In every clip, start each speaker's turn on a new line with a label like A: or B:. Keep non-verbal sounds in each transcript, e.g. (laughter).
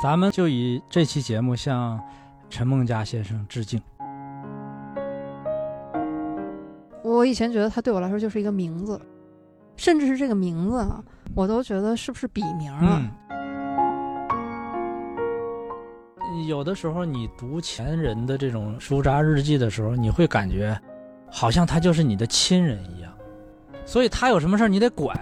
A: 咱们就以这期节目向陈梦家先生致敬。
B: 我以前觉得他对我来说就是一个名字，甚至是这个名字啊，我都觉得是不是笔名啊？
A: 嗯，有的时候你读前人的这种书札日记的时候，你会感觉好像他就是你的亲人一样，所以他有什么事儿你得管。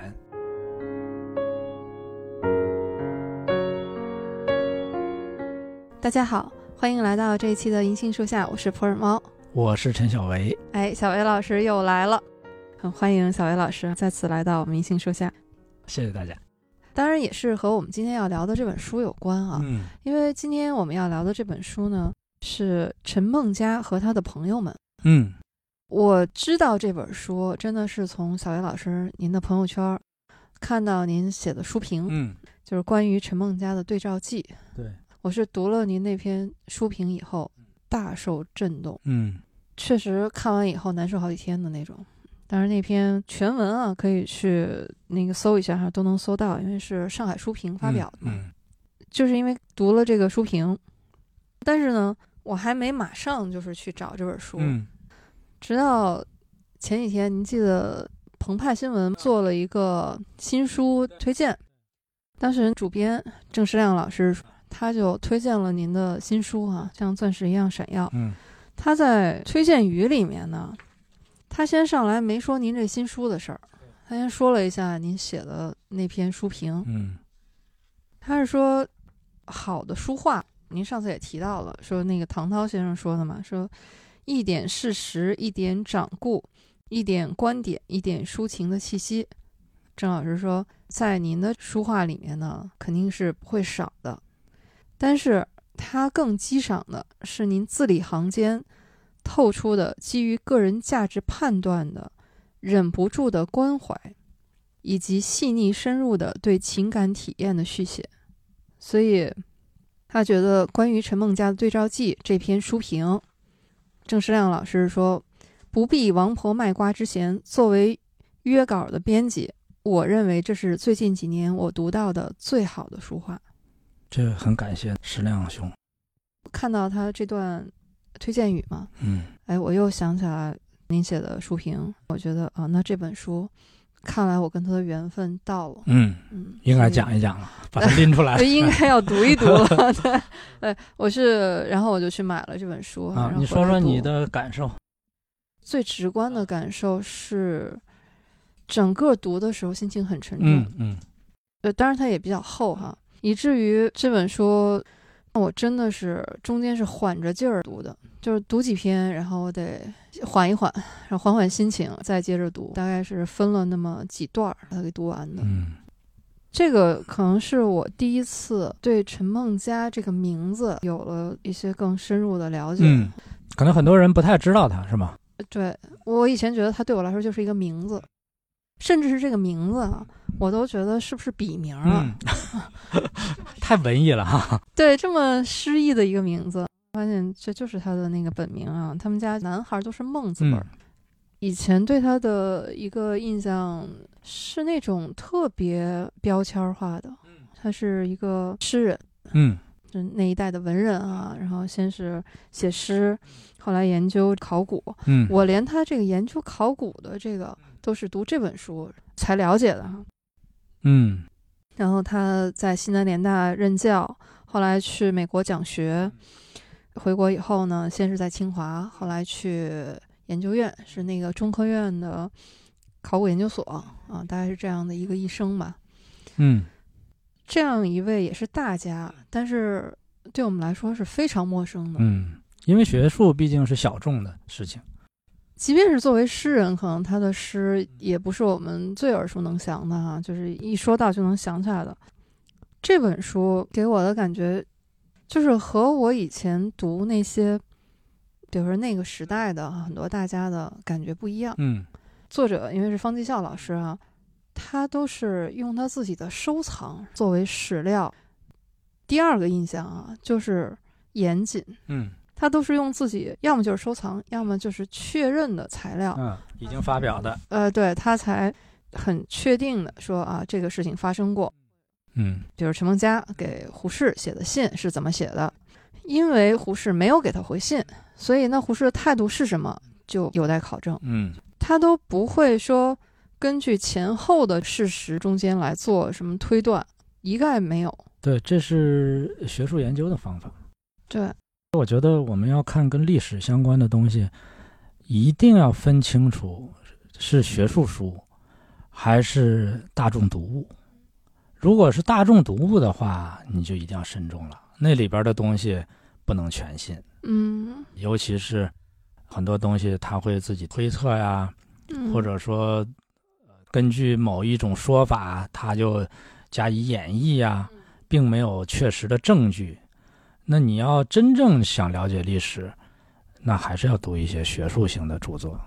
B: 大家好，欢迎来到这一期的银杏树下，我是普洱猫。
A: 我是陈小维，
B: 哎，小维老师又来了，很欢迎小维老师再次来到我们银杏树下。
A: 谢谢大家。
B: 当然也是和我们今天要聊的这本书有关啊，
A: 嗯
B: 因为今天我们要聊的这本书呢是陈梦家和他的朋友们。
A: 嗯，
B: 我知道这本书真的是从小维老师您的朋友圈儿看到您写的书评，
A: 嗯，
B: 就是关于陈梦家的对照记。
A: 对，
B: 我是读了您那篇书评以后大受震动，
A: 嗯
B: 确实看完以后难受好几天的那种。当然那篇全文啊可以去那个搜一下哈，都能搜到，因为是上海书评发表的嘛。
A: 嗯
B: 就是因为读了这个书评，但是呢，我还没马上就是去找这本书，
A: 嗯
B: 直到前几天，您记得澎湃新闻做了一个新书推荐，当时主编郑世亮老师他就推荐了您的新书啊，像钻石一样闪耀。
A: 嗯
B: 他在推荐语里面呢，他先上来没说您这新书的事儿，他先说了一下您写的那篇书评，
A: 嗯
B: 他是说，好的书画，您上次也提到了，说那个唐涛先生说的嘛，说一点事实，一点掌故，一点观点，一点抒情的气息。郑老师说，在您的书画里面呢，肯定是不会少的，但是他更激赏的是您字里行间透出的基于个人价值判断的忍不住的关怀。以及细腻深入的对情感体验的续写。所以，他觉得关于陈梦家的对照记这篇书评，郑世亮老师说，不必王婆卖瓜之嫌。作为约稿的编辑，我认为这是最近几年我读到的最好的书画。
A: 这个很感谢石亮兄。
B: 看到他这段推荐语嘛，
A: 嗯
B: 哎，我又想起来您写的书评，我觉得啊，那这本书，看来我跟他的缘分到了。
A: 嗯，
B: 嗯，
A: 应该
B: 所以
A: 讲一讲了，把它拎出来 (laughs)
B: 就应该要读一读了。 (laughs) 对，对，我是，然后我就去买了这本书。
A: 啊
B: 然。后
A: 你说
B: 回来
A: 说你
B: 读
A: 的感受。
B: 最直观的感受是，整个读的时候心情很沉重。
A: 嗯嗯
B: 呃，当然它也比较厚哈，以至于这本书我真的是中间是缓着劲儿读的，就是读几篇，然后我得缓一缓，然后缓缓心情，再接着读，大概是分了那么几段儿把它给读完的。
A: 嗯
B: 这个可能是我第一次对陈梦家这个名字有了一些更深入的了解。呃
A: 嗯，可能很多人不太知道他是吗？
B: 对我以前觉得他对我来说就是一个名字，甚至是这个名字啊，我都觉得是不是笔名啊？
A: 嗯， (laughs) 太文艺了哈。
B: 对，这么诗意的一个名字，发现这就是他的那个本名啊。他们家男孩都是孟字辈儿。
A: 嗯
B: 以前对他的一个印象是那种特别标签儿化的，他是一个诗人。
A: 嗯
B: 就那一代的文人啊，然后先是写诗，后来研究考古。
A: 嗯，
B: 我连他这个研究考古的这个都是读这本书才了解的哈。
A: 嗯
B: 然后他在西南联大任教，后来去美国讲
A: 嗯
B: 学。回国以后呢，先是在清华，后来去研究院，是那个中科院的考古研究所啊，大概是这样的一个一生吧。
A: 嗯
B: 这样一位也是大家，但是对我们来说是非常陌生的。
A: 嗯，因为学术毕竟是小众的事情。
B: 即便是作为诗人，可能他的诗也不是我们最耳熟能详的哈、就是一说到就能想起来的。这本书给我的感觉，就是和我以前读那些，比如说那个时代的很多大家的感觉不一样。
A: 嗯
B: 作者因为是方继孝老师啊，他都是用他自己的收藏作为史料。第二个印象啊，就是严谨，
A: 嗯
B: 他都是用自己要么就是收藏，要么就是确认的材料。
A: 嗯，已经发表的。
B: 呃，对他才很确定的说啊，这个事情发生过。
A: 嗯
B: 比如陈梦家给胡适写的信是怎么写的，因为胡适没有给他回信，所以那胡适的态度是什么就有待考证。
A: 嗯
B: 他都不会说根据前后的事实中间来做什么推断，一概没有。
A: 对，这是学术研究的方法。
B: 对，
A: 我觉得我们要看跟历史相关的东西，一定要分清楚是学术书还是大众读物。如果是大众读物的话，你就一定要慎重了，那里边的东西不能全信，
B: 嗯，
A: 尤其是很多东西他会自己推测呀，
B: 嗯
A: 或者说呃根据某一种说法，他就加以演绎呀、并没有确实的证据。那你要真正想了解历史，那还是要读一些学术性的著作，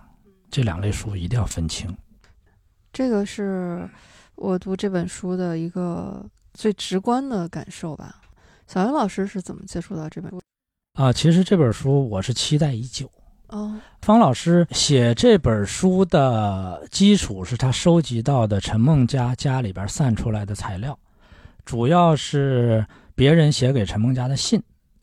A: 这两类书一定要分清。
B: 这个是我读这本书的一个最直观的感受吧。小云老师是怎么接触到这本书？
A: 啊，其实这本书我是期待已久。
B: 哦，
A: 方老师写这本书的基础是他收集到的陈梦家家里边散出来的材料，主要是别人写给陈梦家的信，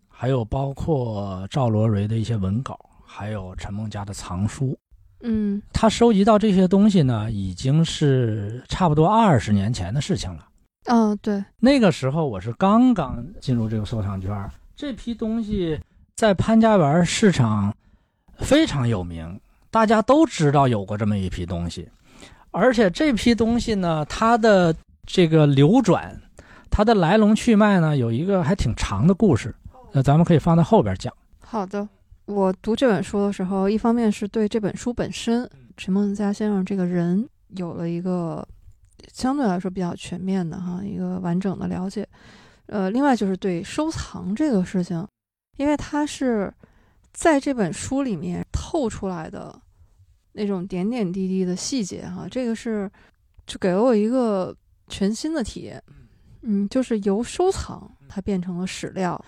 A: 还有包括赵罗蕤的一些文稿，还有陈梦家的藏书。
B: 嗯
A: 他收集到这些东西呢，已经是差不多二十年前的事情了。
B: 嗯、对，
A: 那个时候我是刚刚进入这个收藏圈儿，这批东西在潘家园市场非常有名，大家都知道有过这么一批东西。而且这批东西呢，它的这个流转，它的来龙去脉呢，有一个还挺长的故事，那咱们可以放在后边讲。
B: 好的。我读这本书的时候，一方面是对这本书本身，陈梦家先生这个人有了一个相对来说比较全面的哈一个完整的了解，呃，另外就是对收藏这个事情，因为它是在这本书里面透出来的那种点点滴滴的细节哈，这个是就给了我一个全新的体验，嗯，就是由收藏它变成了史料，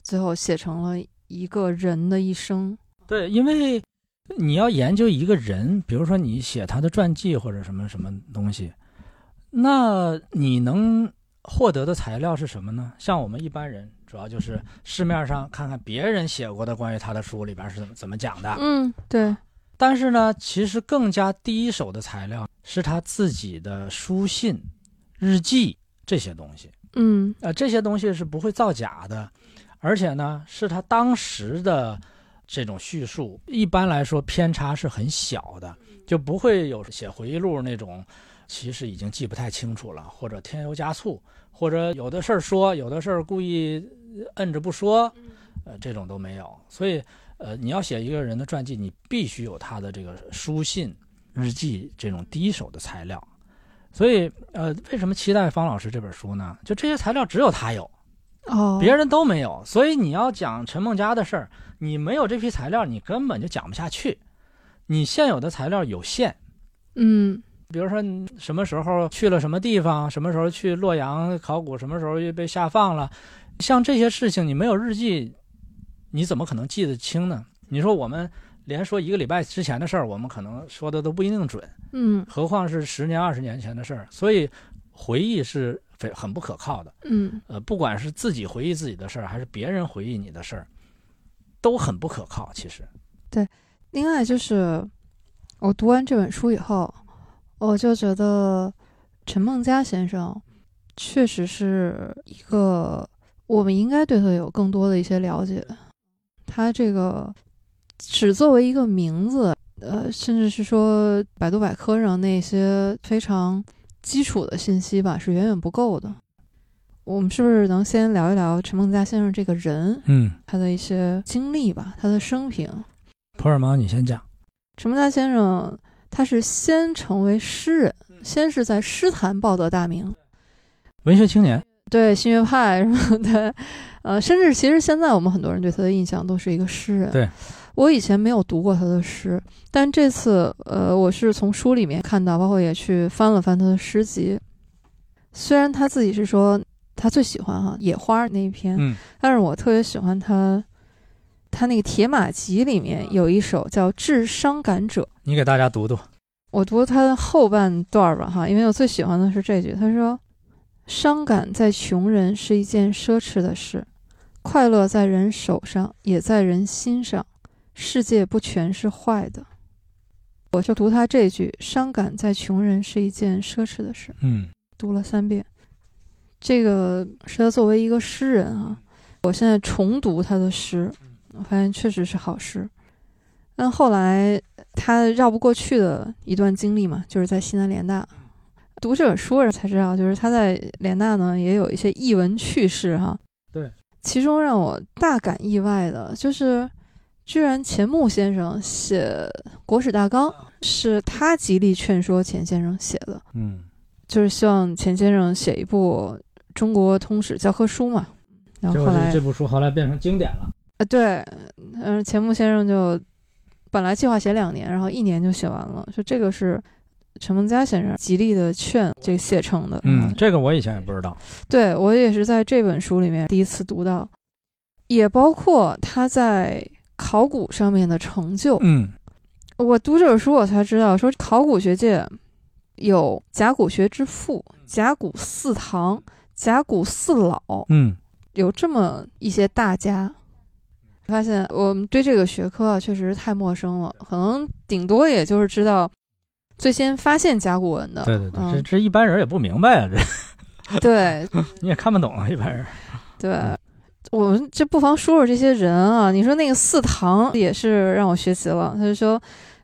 B: 最后写成了一个人的一生，
A: 对，因为你要研究一个人，比如说你写他的传记或者什么什么东西，那你能获得的材料是什么呢？像我们一般人，主要就是市面上看看别人写过的关于他的书里边是怎么怎么讲的。
B: 嗯，对，
A: 但是呢，其实更加第一手的材料是他自己的书信、日记这些东西。
B: 嗯
A: 呃，这些东西是不会造假的，而且呢，是他当时的这种叙述，一般来说偏差是很小的，就不会有写回忆录那种，其实已经记不太清楚了，或者添油加醋，或者有的事儿说，有的事儿故意摁着不说，呃，这种都没有。所以，呃，你要写一个人的传记，你必须有他的这个书信、日记这种第一手的材料。所以，呃，为什么期待方老师这本书呢？就这些材料只有他有，
B: 哦，
A: 别人都没有。所以你要讲陈梦家的事儿，你没有这批材料，你根本就讲不下去。你现有的材料有限，
B: 嗯
A: 比如说你什么时候去了什么地方，什么时候去洛阳考古，什么时候又被下放了，像这些事情，你没有日记，你怎么可能记得清呢？你说我们连说一个礼拜之前的事儿，我们可能说的都不一定准。
B: 嗯
A: 何况是十年、二十年前的事儿，所以回忆是非很不可靠的。
B: 嗯
A: 呃，不管是自己回忆自己的事儿，还是别人回忆你的事儿，都很不可靠。其实，
B: 另外就是，我读完这本书以后，我就觉得陈梦家先生确实是一个我们应该对他有更多的一些了解。他这个只作为一个名字，呃，甚至是说百度百科上那些非常基础的信息吧，是远远不够的。我们是不是能先聊一聊陈梦家先生这个人，
A: 嗯，
B: 他的一些经历吧，他的生平？
A: 普尔芒，你先讲。
B: 陈梦家先生他是先成为诗人，先是在诗坛报得大名，
A: 文学青年，
B: 对新月派什 (laughs) 么的，呃，甚至其实现在我们很多人对他的印象都是一个诗人。
A: 对，
B: 我以前没有读过他的诗，但这次呃，我是从书里面看到，包括也去翻了翻他的诗集。虽然他自己是说他最喜欢哈、野花那一篇，
A: 嗯
B: 但是我特别喜欢他。他那个《铁马集》里面有一首叫《致伤感者》，
A: 你给大家读读。
B: 我读他的后半段儿吧，哈，因为我最喜欢的是这句，他说：“伤感在穷人是一件奢侈的事，快乐在人手上，也在人心上。世界不全是坏的。我就读他这句：“伤感在穷人是一件奢侈的事。
A: 嗯”
B: 读了三遍。这个是他作为一个诗人啊，我现在重读他的诗，我发现确实是好诗。但后来他绕不过去的一段经历嘛，就是在西南联大。读这本书的人才知道，就是他在联大呢也有一些译文趣事哈。
A: 对，
B: 其中让我大感意外的就是，居然钱穆先生写《国史大纲》是他极力劝说钱先生写的，
A: 嗯，
B: 就是希望钱先生写一部中国通史教科书嘛。然
A: 结
B: 后
A: 果
B: 后
A: 这
B: 来
A: 这部书后来变成经典了。
B: 啊，对，嗯，钱穆先生就本来计划写两年，然后一年就写完了，就这个是陈梦家先生极力的劝这个写成的。
A: 嗯，这个我以前也不知道。
B: 对我也是在这本书里面第一次读到，也包括他在考古上面的成就。
A: 嗯
B: 我读这本书，我才知道说考古学界有甲骨学之父、甲骨四堂、甲骨四老，
A: 嗯
B: 有这么一些大家。发现我们对这个学科啊确实太陌生了，可能顶多也就是知道最先发现甲骨文的，
A: (laughs) 对对对，这
B: 嗯
A: 这一般人也不明白啊，这
B: 对，
A: 你也看不懂啊，一般人。
B: 对
A: 嗯，
B: 我们这不妨说说这些人啊。你说那个四堂也是让我学习了，他就说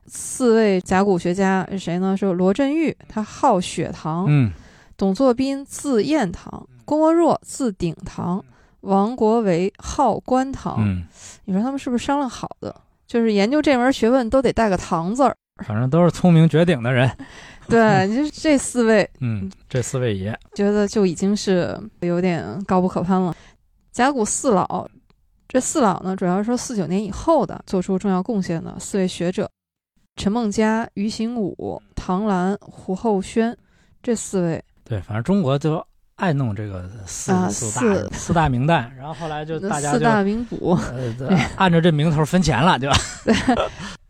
B: 四位甲骨学家是谁呢？是罗振玉，他号雪堂；
A: 嗯
B: 董作宾字彦堂；龚倭若字鼎堂；王国维号官堂。
A: 嗯，
B: 你说他们是不是商量好的？就是研究这门学问都得带个堂字儿。
A: 反正都是聪明绝顶的人。
B: 对， (laughs) 就是这四位
A: 嗯，这四位爷。
B: 觉得就已经是有点高不可攀了。甲骨四老，这四老呢，主要是说四九年以后的做出重要贡献的四位学者：陈梦家、于行武、
A: 嗯
B: 唐兰、胡厚轩这四位。
A: 对，反正中国就爱弄这个四、
B: 啊
A: 四大四大名旦，然后后来就
B: 那
A: 大家
B: 四
A: 就
B: 大名捕，
A: 呃对按照这名头分钱了，对吧？
B: (laughs)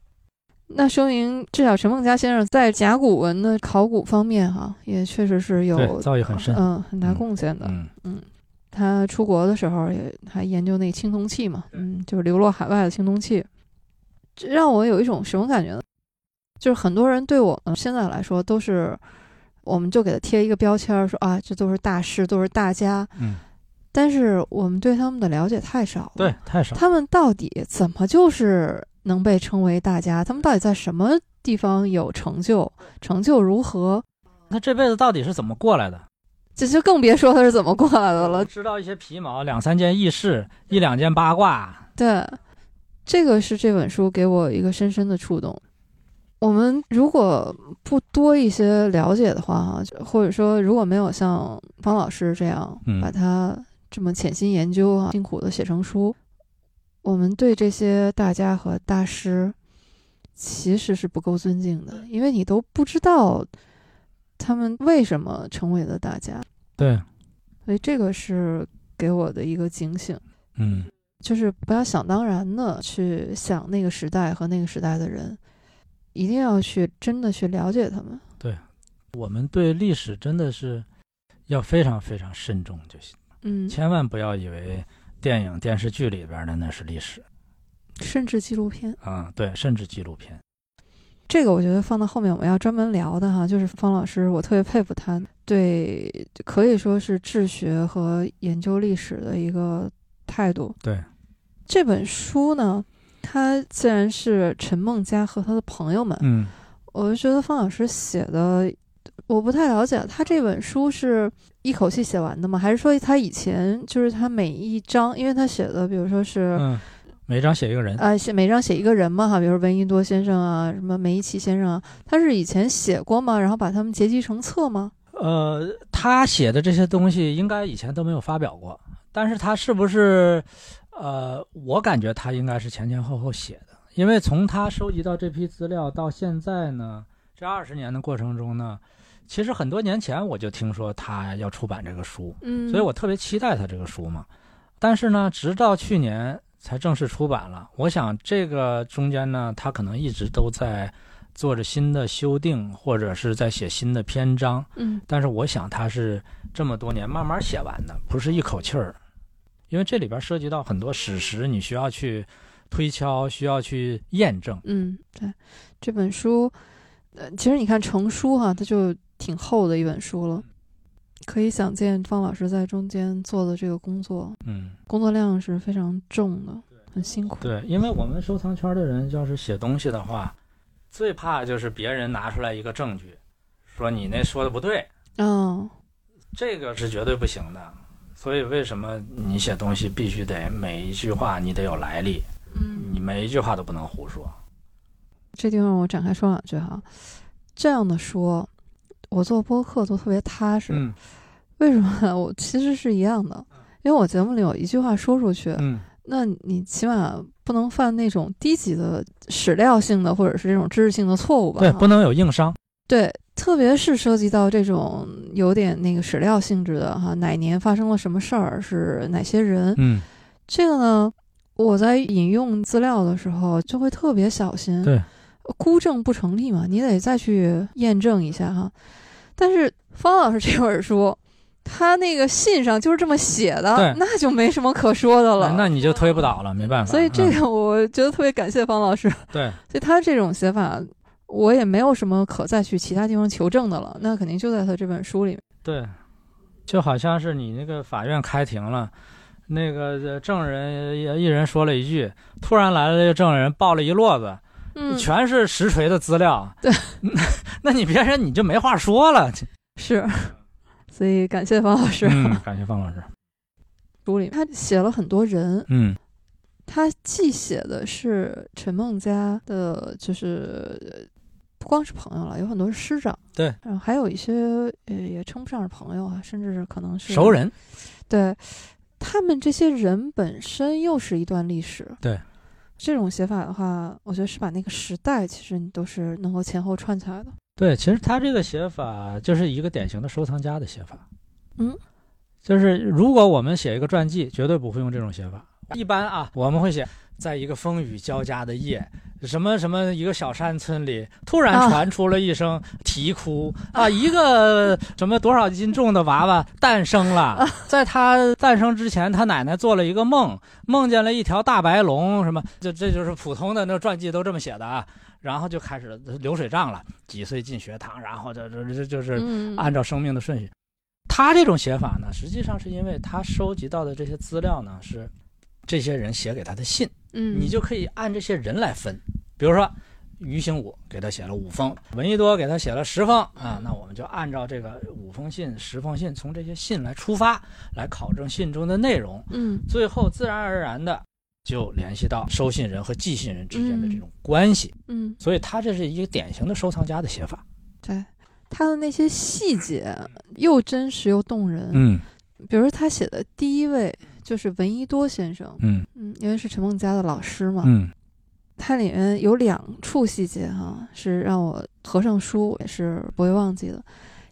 B: 那说明至少陈梦家先生在甲骨文的考古方面哈、也确实是有
A: 对，造诣很深。
B: 嗯很大
A: 嗯
B: 贡献的。
A: 嗯
B: 他出国的时候也还研究那青铜器嘛，嗯，就是流落海外的青铜器，这让我有一种什么感觉呢？就是很多人对我们现在来说都是，我们就给他贴一个标签儿，说啊，这都是大师，都是大家，
A: 嗯，
B: 但是我们对他们的了解太少了。
A: 对，，太少。
B: 他们到底怎么就是能被称为大家？他们到底在什么地方有成就？成就如何？
A: 他这辈子到底是怎么过来的？
B: 这就更别说他是怎么过来的了
A: 我，知道一些皮毛，两三件轶事，一两件八卦。
B: 对，这个是这本书给我一个深深的触动。我们如果不多一些了解的话，哈，或者说如果没有像方老师这样
A: 嗯
B: 把它这么潜心研究啊，辛苦的写成书，我们对这些大家和大师其实是不够尊敬的，因为你都不知道他们为什么成为了大家，
A: 对，
B: 所以这个是给我的一个警醒。
A: 嗯，
B: 就是不要想当然的去想那个时代和那个时代的人，一定要去真的去了解他们。
A: 我们对历史真的是要非常非常慎重就行，
B: 嗯，
A: 千万不要以为电影、电视剧里边的那是历史
B: 甚至纪录片，
A: 啊、对，甚至纪录片。
B: 这个我觉得放到后面我们要专门聊的哈，就是方老师，我特别佩服他对可以说是治学和研究历史的一个态度。
A: 对，
B: 这本书呢，它既然是陈梦家和他的朋友们，
A: 嗯，
B: 我就觉得方老师写的，我不太了解，他这本书是一口气写完的吗？还是说他以前就是他每一章，因为他写的，比如说是、
A: 嗯，每章写一个人。
B: 呃写每章写一个人嘛哈，比如说闻一多先生啊，什么梅贻琦先生啊，他是以前写过吗？然后把他们结集成册吗？
A: 呃，他写的这些东西应该以前都没有发表过，但是他是不是，呃，我感觉他应该是前前后后写的，因为从他收集到这批资料到现在呢，这二十年的过程中呢，其实很多年前我就听说他要出版这个书，
B: 嗯，
A: 所以我特别期待他这个书嘛。但是呢，直到去年才正式出版了。我想这个中间呢，他可能一直都在做着新的修订，或者是在写新的篇章。
B: 嗯
A: 但是我想他是这么多年慢慢写完的，不是一口气儿，因为这里边涉及到很多史实，你需要去推敲，需要去验证。
B: 嗯，对，这本书，呃，其实你看成书哈、它就挺厚的一本书了，可以想见方老师在中间做的这个工作，
A: 嗯，
B: 工作量是非常重的，很辛苦。
A: 对，因为我们收藏圈的人要是写东西的话，最怕就是别人拿出来一个证据，说你那说的不对，
B: 嗯，
A: 这个是绝对不行的。所以为什么你写东西必须得每一句话你得有来历，你每一句话都不能胡说。
B: 这地方我展开说两句哈，这样的说，我做播客做特别踏实，
A: 嗯
B: 为什么呢？我其实是一样的，因为我节目里有一句话说出去，
A: 嗯，
B: 那你起码不能犯那种低级的史料性的或者是这种知识性的错误吧？
A: 对，
B: 哈
A: 不能有硬伤。
B: 对，特别是涉及到这种有点那个史料性质的哈，哪年发生了什么事儿，是哪些人，
A: 嗯，
B: 这个呢，我在引用资料的时候就会特别小心。
A: 对，
B: 孤证不成立嘛，你得再去验证一下哈。但是方老师这本书，他那个信上就是这么写的
A: 对，
B: 那就没什么可说的了。
A: 哎那你就推不倒了，没办法。
B: 所以这
A: 嗯
B: 个我觉得特别感谢方老师，
A: 对，
B: 所以他这种写法，我也没有什么可再去其他地方求证的了，那肯定就在他这本书里面。
A: 对，就好像是你那个法院开庭了，那个呃证人也一人说了一句，突然来了这个证人报了一摞子，
B: 嗯，
A: 全是实锤的资料。
B: 对，
A: (laughs) 那那你别人你就没话说了。 (laughs)
B: 是，所以感谢方老师。
A: 嗯，感谢方老师。
B: 书里面他写了很多人，
A: 嗯
B: 他既写的是陈梦家的，就是呃不光是朋友了，有很多是师长，
A: 对，
B: 然后还有一些呃也称不上是朋友啊，甚至是可能是
A: 熟，人，
B: 对，他们这些人本身又是一段历史，
A: 对。
B: 这种写法的话，我觉得是把那个时代，其实你都是能够前后串起来的。
A: 对，其实他这个写法就是一个典型的收藏家的写法。
B: 嗯，
A: 就是如果我们写一个传记，绝对不会用这种写法。一般啊，我们会写在一个风雨交加的夜，什么什么一个小山村里，突然
B: 啊
A: 传出了一声啼哭啊一个什么多少斤重的娃娃诞生
B: 啊
A: 了。在他诞生之前，他奶奶做了一个梦，梦见了一条大白龙，什么这这就是普通的那传记都这么写的啊。然后就开始流水账了，几岁进学堂，然后这这这就是
B: 嗯
A: 按照生命的顺序。他这种写法呢，实际上是因为他收集到的这些资料呢是这些人写给他的信，
B: 嗯，
A: 你就可以按这些人来分。比如说，于兴武给他写了五封，闻一多给他写了十封啊，那我们就按照这个五封信、十封信，从这些信来出发，来考证信中的内容，
B: 嗯
A: 最后自然而然的就联系到收信人和寄信人之间的这种关系。
B: 嗯，
A: 所以他这是一个典型的收藏家的写法。
B: 对，他的那些细节又真实又动人。
A: 嗯
B: 比如说他写的第一位就是闻一多先生，
A: 嗯
B: 嗯，因为是陈梦家的老师嘛，
A: 嗯
B: 它里面有两处细节哈、是让我合上书也是不会忘记的。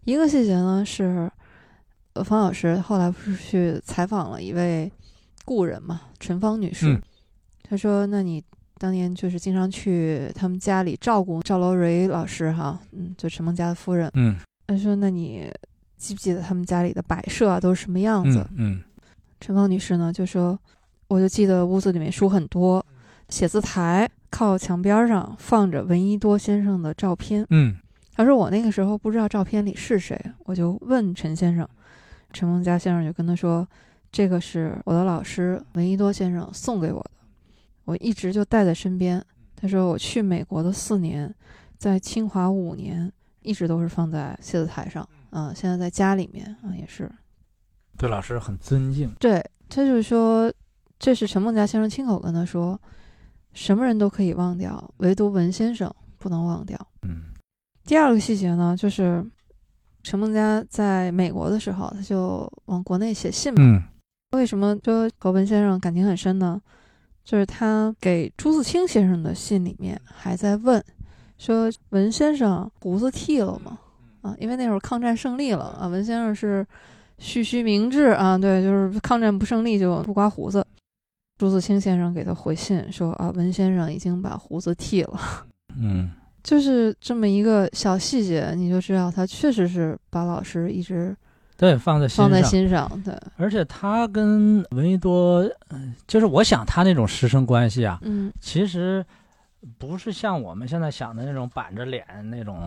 B: 一个细节呢是，呃，方老师后来不是去采访了一位故人嘛，陈芳女士，
A: 嗯
B: 她说：“那你当年就是经常去他们家里照顾赵楼蕊老师哈、嗯，就陈梦家的夫人。
A: 嗯
B: 她说：那你记不记得他们家里的摆设啊都是什么样子？
A: 嗯嗯
B: 陈芳女士呢就说，我就记得屋子里面书很多，写字台靠墙边上放着闻一多先生的照片。
A: 嗯
B: 她说我那个时候不知道照片里是谁，我就问陈先生，陈梦家先生就跟他说，这个是我的老师闻一多先生送给我的，我一直就带在身边。他说我去美国的四年，在清华五年，一直都是放在写字台上，嗯、现在在家里面啊、也是
A: 对老师很尊敬。
B: 对，他就是说，这是陈梦家先生亲口跟他说，什么人都可以忘掉，唯独文先生不能忘掉。
A: 嗯
B: 第二个细节呢，就是陈梦家在美国的时候，他就往国内写信嘛。
A: 嗯
B: 为什么说和文先生感情很深呢？就是他给朱自清先生的信里面还在问，说文先生胡子剃了吗？啊，因为那会儿抗战胜利了啊，文先生是蓄须明志啊，对，就是抗战不胜利就不刮胡子。朱自清先生给他回信说啊，文先生已经把胡子剃了。
A: 嗯
B: 就是这么一个小细节，你就知道他确实是把老师一直
A: 对，放在心
B: 放在
A: 上。
B: 心上。对，
A: 而且他跟闻一多，嗯，就是我想他那种师生关系啊，
B: 嗯
A: 其实不是像我们现在想的那种板着脸那种，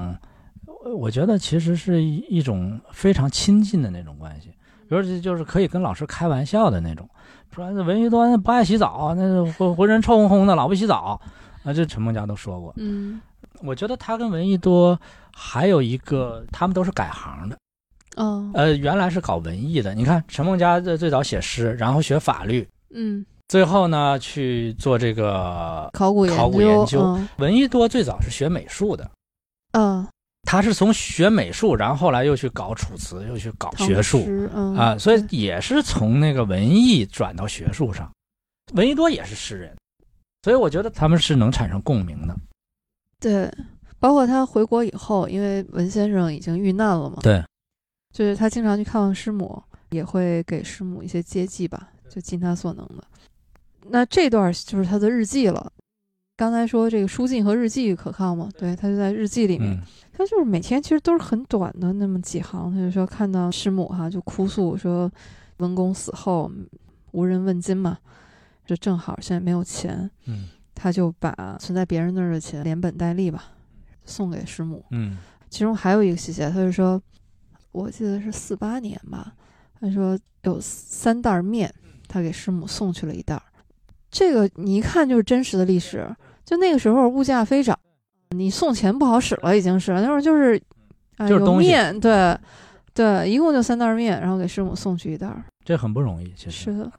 A: 呃我我觉得其实是一一种非常亲近的那种关系，尤其就是可以跟老师开玩笑的那种。说那闻一多那不爱洗澡，那浑浑身臭烘烘的，老不洗澡啊，这陈梦家都说过。
B: 嗯，
A: 我觉得他跟闻一多还有一个，他们都是改行的，
B: 哦，
A: 呃，原来是搞文艺的。你看陈梦家最最早写诗，然后学法律，
B: 嗯，
A: 最后呢去做这个
B: 考古研
A: 考古研究
B: 嗯
A: 闻一多最早是学美术的，
B: 嗯，
A: 他是从学美术，然后后来又去搞楚辞，又去搞
B: 唐
A: 学术
B: 诗嗯
A: 啊，所以
B: 对
A: 也是从那个文艺转到学术上。闻一多也是诗人，所以我觉得他们是能产生共鸣的。
B: 对，包括他回国以后，因为文先生已经遇难了嘛，
A: 对，
B: 就是他经常去看望师母，也会给师母一些接济吧，就尽他所能的。那这段就是他的日记了。刚才说这个书信和日记可靠吗？对他就在日记里面，
A: 嗯，
B: 他就是每天其实都是很短的那么几行，他就说看到师母哈、就哭诉说文公死后无人问津嘛，这正好现在没有钱，
A: 嗯
B: 他就把存在别人那儿的钱连本带利吧送给师母。
A: 嗯
B: 其中还有一个细节，他就说，我记得是四八年吧，他说有三袋儿面，他给师母送去了一袋儿。这个你一看就是真实的历史，就那个时候物价飞涨，你送钱不好使了，已经是那会儿就是，啊、
A: 就是
B: 有
A: 东西
B: 面，对对，一共就三袋儿面，然后给师母送去一袋儿。
A: 这很不容易，其实。
B: 是的，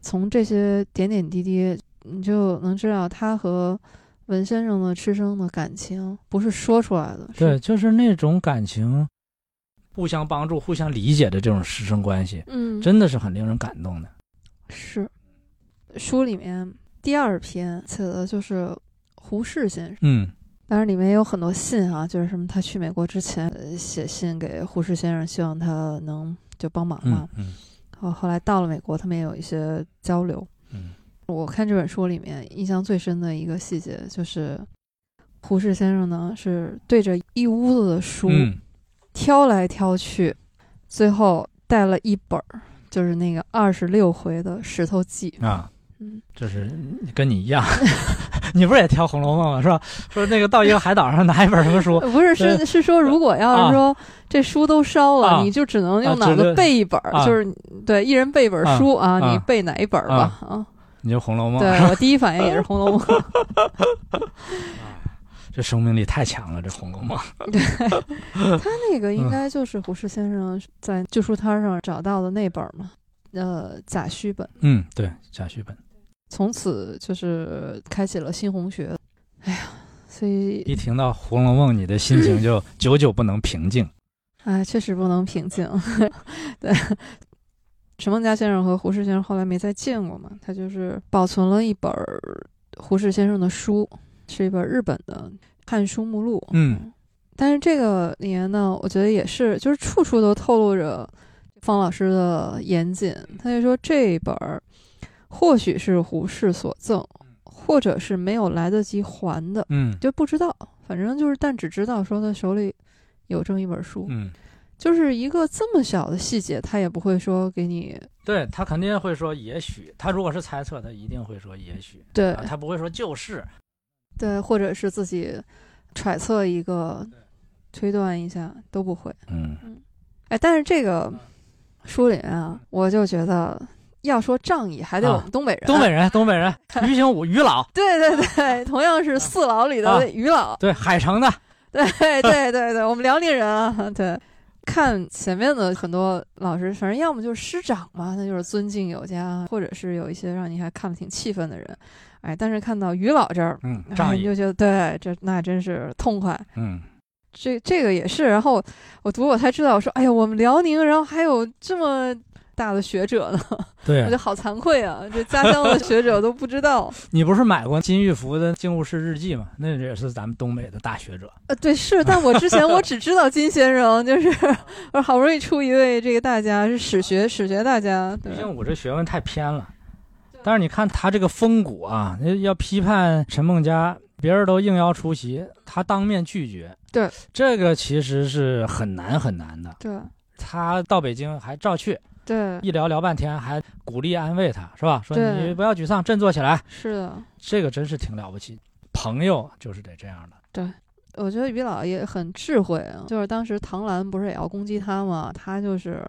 B: 从这些点点滴滴，你就能知道他和文先生的师生的感情不是说出来的，
A: 对，
B: 是
A: 就是那种感情，互相帮助、互相理解的这种师生关系，
B: 嗯，
A: 真的是很令人感动的。
B: 是。书里面第二篇写的就是胡适先生，
A: 嗯
B: 当然里面也有很多信啊，就是什么他去美国之前呃写信给胡适先生，希望他能就帮忙啊嘛
A: 嗯。嗯
B: 然后后来到了美国，他们也有一些交流。
A: 嗯
B: 我看这本书里面印象最深的一个细节就是，胡适先生呢是对着一屋子的书、
A: 嗯，
B: 挑来挑去，最后带了一本儿，就是那个二十六回的《石头记》。
A: 啊，
B: 嗯，
A: 就是跟你一样， (laughs) 你不是也挑《红楼梦》吗？是吧？说那个到一个海岛上拿一本什么
B: (laughs)
A: 书，
B: 呃不是，是是说，如果要
A: 啊
B: 是说这书都烧了，
A: 啊
B: 你就只能
A: 啊
B: 用脑
A: 只
B: 子
A: 能
B: 背一本儿，
A: 啊
B: 就是对，一人背一本
A: 啊
B: 书啊，
A: 啊
B: 你背哪一本儿吧啊？
A: 你就《红楼梦》
B: 对我第一反应也是《红楼
A: (laughs)
B: 梦》。
A: 这生命力太强了，这《红楼梦》
B: 他那个应该就是胡适先生在旧书摊上找到的那本儿嘛，呃，贾诩本，
A: 嗯，对，贾旭本
B: 从此就是开启了新红学。哎呀，所
A: 一
B: 以
A: 听到《红楼梦》，你的心情就久久不能平静。
B: 哎，确实不能平静。 (laughs) 对，陈梦家先生和胡适先生后来没再见过嘛，他就是保存了一本儿胡适先生的书，是一本日本的《汉书目录》。
A: 嗯，
B: 但是这个里面呢，我觉得也是，就是处处都透露着方老师的严谨。他就说这本儿或许是胡适所赠，或者是没有来得及还的，
A: 嗯
B: 就不知道。反正就是，但只知道说他手里有这么一本书，
A: 嗯，
B: 就是一个这么小的细节，他也不会说给你
A: 对他肯定会说也许，他如果是猜测，他一定会说也许，
B: 对、
A: 啊他不会说就是。
B: 对，或者是自己揣测一个、推断一下都不会。
A: 嗯
B: 哎，但是这个书里面啊，我就觉得要说仗义，还得我们东北人。
A: 啊东北人，东北人，
B: (laughs)
A: 于景武，于老，
B: 对对对，同样是四老里
A: 啊
B: 的于老，
A: 对，海城的，
B: 对 (laughs) 对对对，我们辽宁人啊，对。看前面的很多老师，反正要么就是师长嘛，那就是尊敬有加，或者是有一些让你还看得挺气愤的人，哎，但是看到于老这儿，
A: 嗯，
B: 哎
A: 仗
B: 你
A: 义，
B: 就觉得对，这那真是痛快。
A: 嗯，
B: 这这个也是。然后我读我才知道，我说哎呀，我们辽宁，然后还有这么大的学者呢， (laughs) 我
A: 对
B: 就，好惭愧啊，这家乡的学者都不知道。
A: 你不是买过金玉福的《静物室日记》吗？那也是咱们东北的大学者。
B: 呃，对，是，但我之前我只知道金先
A: (laughs)
B: 生，就是我好不容易出一位这个大家是史学史学大家，对
A: 毕，竟我这学问太偏了。但是你看他这个风骨啊，要批判陈梦家，别人都应邀出席，他当面拒绝，
B: 对，
A: 这个其实是很难很难的。
B: 对
A: 他到北京还照去，
B: 对，
A: 一聊聊半天，还鼓励安慰他，是吧？说
B: 对
A: 你不要沮丧，振作起来。
B: 是的，
A: 这个真是挺了不起，朋友就是得这样的。
B: 我觉得于老也很智慧啊，就是当时唐兰不是也要攻击他嘛，他就是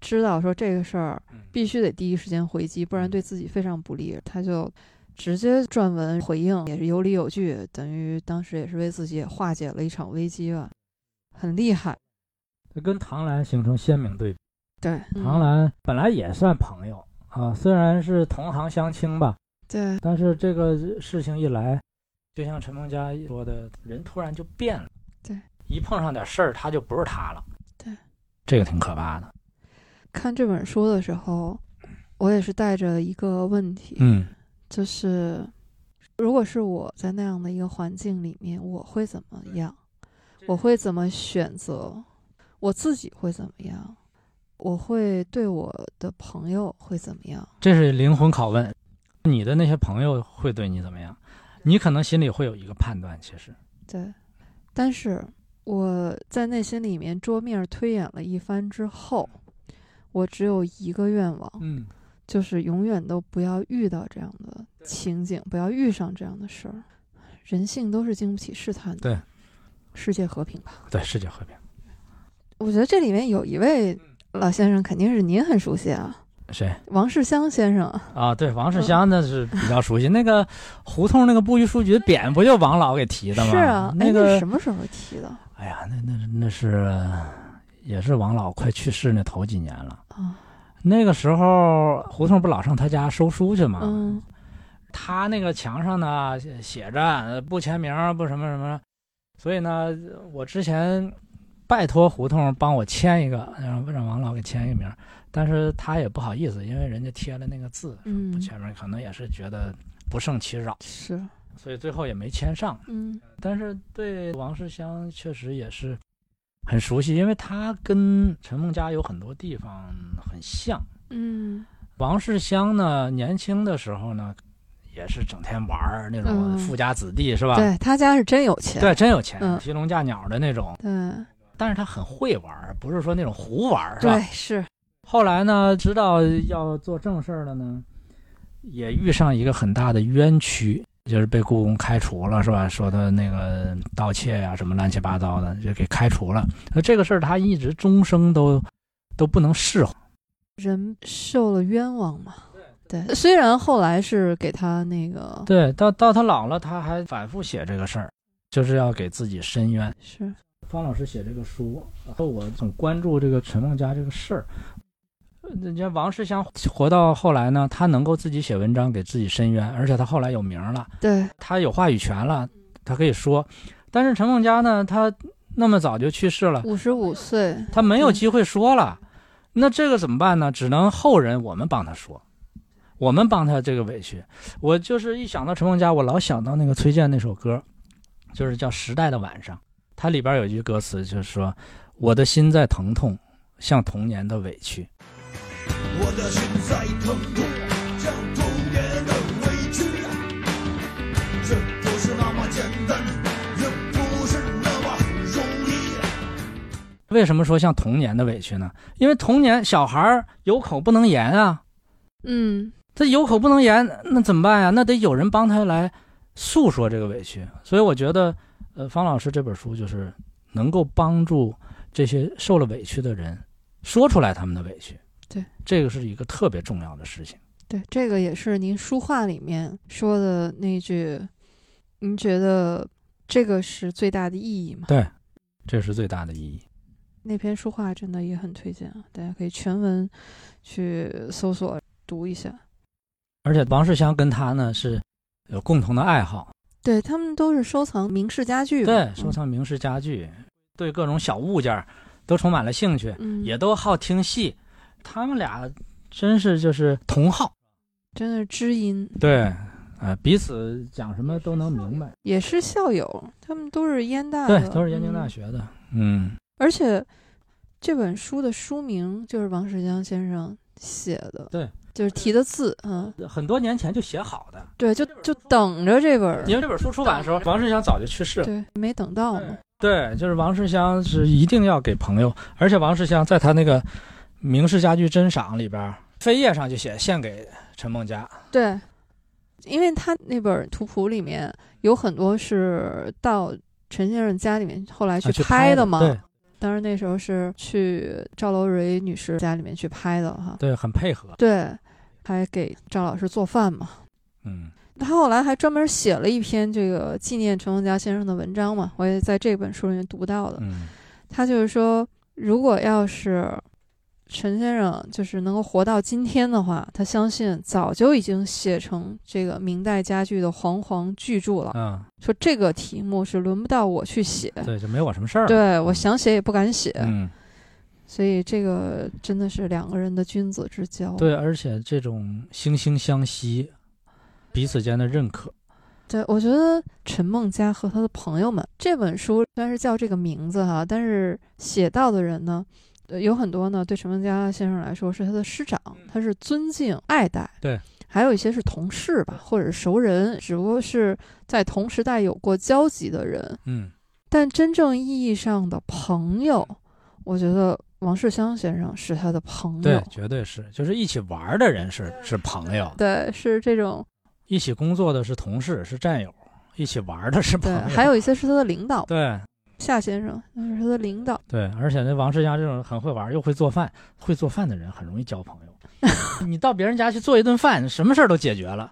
B: 知道说这个事儿
A: 嗯
B: 必须得第一时间回击，不然对自己非常不利，他就直接撰文回应，也是有理有据，等于当时也是为自己也化解了一场危机吧，很厉害。
A: 跟唐兰形成鲜明对比。
B: 对，嗯
A: 唐兰本来也算朋友啊，虽然是同行相亲吧，
B: 对
A: 但是这个事情一来，就像陈梦佳说的，人突然就变了。
B: 对，
A: 一碰上点事儿，他就不是他了。
B: 对，
A: 这个挺可怕的。
B: 看这本书的时候，我也是带着一个问题，
A: 嗯
B: 就是如果是我在那样的一个环境里面，我会怎么样？我会怎么选择？我自己会怎么样？我会对我的朋友会怎么样？
A: 这是灵魂拷问，你的那些朋友会对你怎么样？你可能心里会有一个判断，其实，
B: 对，但是我在内心里面桌面推演了一番之后，我只有一个愿望，
A: 嗯，
B: 就是永远都不要遇到这样的情景，不要遇上这样的事儿。人性都是经不起试探的。
A: 对，
B: 世界和平吧。
A: 对，世界和平。
B: 我觉得这里面有一
A: 嗯
B: 位老先生，肯定是您很熟悉啊，
A: 谁
B: 王世襄先生啊。
A: 啊？对，王世
B: 嗯
A: 襄那是比较熟悉。那个胡同那个布衣书局的匾，不就王老给提的吗？
B: 是啊，哎
A: 那
B: 是
A: 个
B: 什么时候提的
A: 哎呀，那那那是也是王老快去世那头几年了。
B: 啊？
A: 那个时候胡同不老上他家收书去吗？
B: 嗯，
A: 他那个墙上呢写写着呃不签名不什么什么，所以呢，我之前拜托胡同帮我签一个，让让王老给签一个名，但是他也不好意思，因为人家贴了那个字，不
B: 嗯，
A: 签名可能也是觉得不胜其扰，
B: 是，
A: 所以最后也没签上。
B: 嗯，
A: 但是对王世襄确实也是很熟悉，因为他跟陈梦家有很多地方很像。
B: 嗯，
A: 王世襄呢，年轻的时候呢，也是整天玩儿那种
B: 嗯
A: 富家子弟、是吧？
B: 对他家是真有钱，
A: 对，真有钱，
B: 嗯
A: 提笼架鸟的那种。
B: 对
A: 但是他很会玩儿，不是说那种胡玩儿是吧
B: 对？是，
A: 后来呢，知道要做正事儿了呢，也遇上一个很大的冤屈，就是被故宫开除了，是吧？说他那个盗窃呀、什么乱七八糟的，就给开除了。那这个事儿他一直终生都都不能释怀。
B: 人受了冤枉嘛。对，虽然后来是给他那个
A: 对，到到他老了，他还反复写这个事儿，就是要给自己申冤。
B: 是，
A: 方老师写这个书，然后我总关注这个陈梦家这个事儿。呃人家王世襄活到后来呢，他能够自己写文章给自己申冤，而且他后来有名儿了，
B: 对
A: 他有话语权了，他可以说。但是陈梦家呢，他那么早就去世了，
B: 五十五岁，
A: 他没有
B: 嗯
A: 机会说了。那这个怎么办呢？只能后人我们帮他说，我们帮他这个委屈。我就是一想到陈梦家，我老想到那个崔健那首歌，就是叫《时代的晚上》，它里边有一句歌词就是说：“我的心在疼痛，像童年的委屈。
C: 我的心在疼痛，像童年的委屈。这不是那么简单，也不是那么容易。”
A: 为什么说像童年的委屈呢？因为童年小孩儿有口不能言啊，
B: 嗯，
A: 他有口不能言，那怎么办呀？那得有人帮他来诉说这个委屈。所以我觉得，呃，方老师这本书就是能够帮助这些受了委屈的人说出来他们的委屈。
B: 对，
A: 这个是一个特别重要的事情。
B: 对，这个也是您书画里面说的那句，您觉得这个是最大的意义吗？
A: 对，这是最大的意义。
B: 那篇书画真的也很推荐啊，大家可以全文去搜索读一下。
A: 而且王世襄跟他呢是有共同的爱好，
B: 对他们都是收藏名式家具嘛，嗯
A: 对，收藏名式家具，对各种小物件儿都充满了兴趣，
B: 嗯，嗯
A: 也都好听戏。他们俩真是就是同好。
B: 真的是知音，
A: 对，呃，彼此讲什么都能明白。
B: 也是校友，他们都是燕大
A: 对
B: 的，，
A: 都是燕京大
B: 嗯。
A: 学的。嗯，
B: 而且这本书的书名就是王世襄先生写的，
A: 对，
B: 就是提的字，嗯，
A: 很多年前就写好的，
B: 对，就就等着这本儿，
A: 因为这本书出版的时候，王世襄早就去世了。
B: 对，没等到嘛，
A: 对，就是王世襄是一定要给朋友，而且王世襄在他那个《明式家具珍赏》里边儿，扉页上就写献给陈梦家。
B: 对，因为他那本图谱里面有很多是到陈先生家里面后来
A: 啊去
B: 拍
A: 的
B: 嘛，
A: 对
B: 当然那时候是去赵楼蕊女士家里面去拍的哈，
A: 对，很配合。
B: 对，还给赵老师做饭嘛。
A: 嗯，
B: 他后来还专门写了一篇这个纪念陈洪家先生的文章嘛，我也在这本书里面读到的。
A: 嗯，
B: 他就是说，如果要是陈先生就是能够活到今天的话，他相信早就已经写成这个明代家具的煌煌巨著了。
A: 嗯，
B: 说这个题目是轮不到我去写，
A: 对，就没我什么事儿。，
B: 对我想写也不敢写，
A: 嗯，
B: 所以这个真的是两个人的君子之交。
A: 对，而且这种惺惺相惜，彼此间的认可，
B: 对，我觉得陈梦佳和他的朋友们这本书虽然是叫这个名字哈，但是写到的人呢，呃有很多呢，对陈梦佳先生来说是他的师长，他是尊敬爱戴。
A: 对。
B: 还有一些是同事吧，或者是熟人，只不过是在同时代有过交集的人。
A: 嗯，
B: 但真正意义上的朋友，我觉得王世襄先生是他的朋
A: 对
B: 友，，
A: 绝对是，就是一起玩儿的人是是朋友，
B: 对，是这种
A: 一起工作的是同事是战友，一起玩儿的是朋
B: 对，
A: 友。
B: 还有一些是他的领导，
A: 对
B: 夏先生那是他的领导，
A: 对，而且那王世襄这种很会玩儿又会做饭，会做饭的人很容易交朋
B: (laughs)
A: 友。你到别人家去做一顿饭，什么事儿都解决了。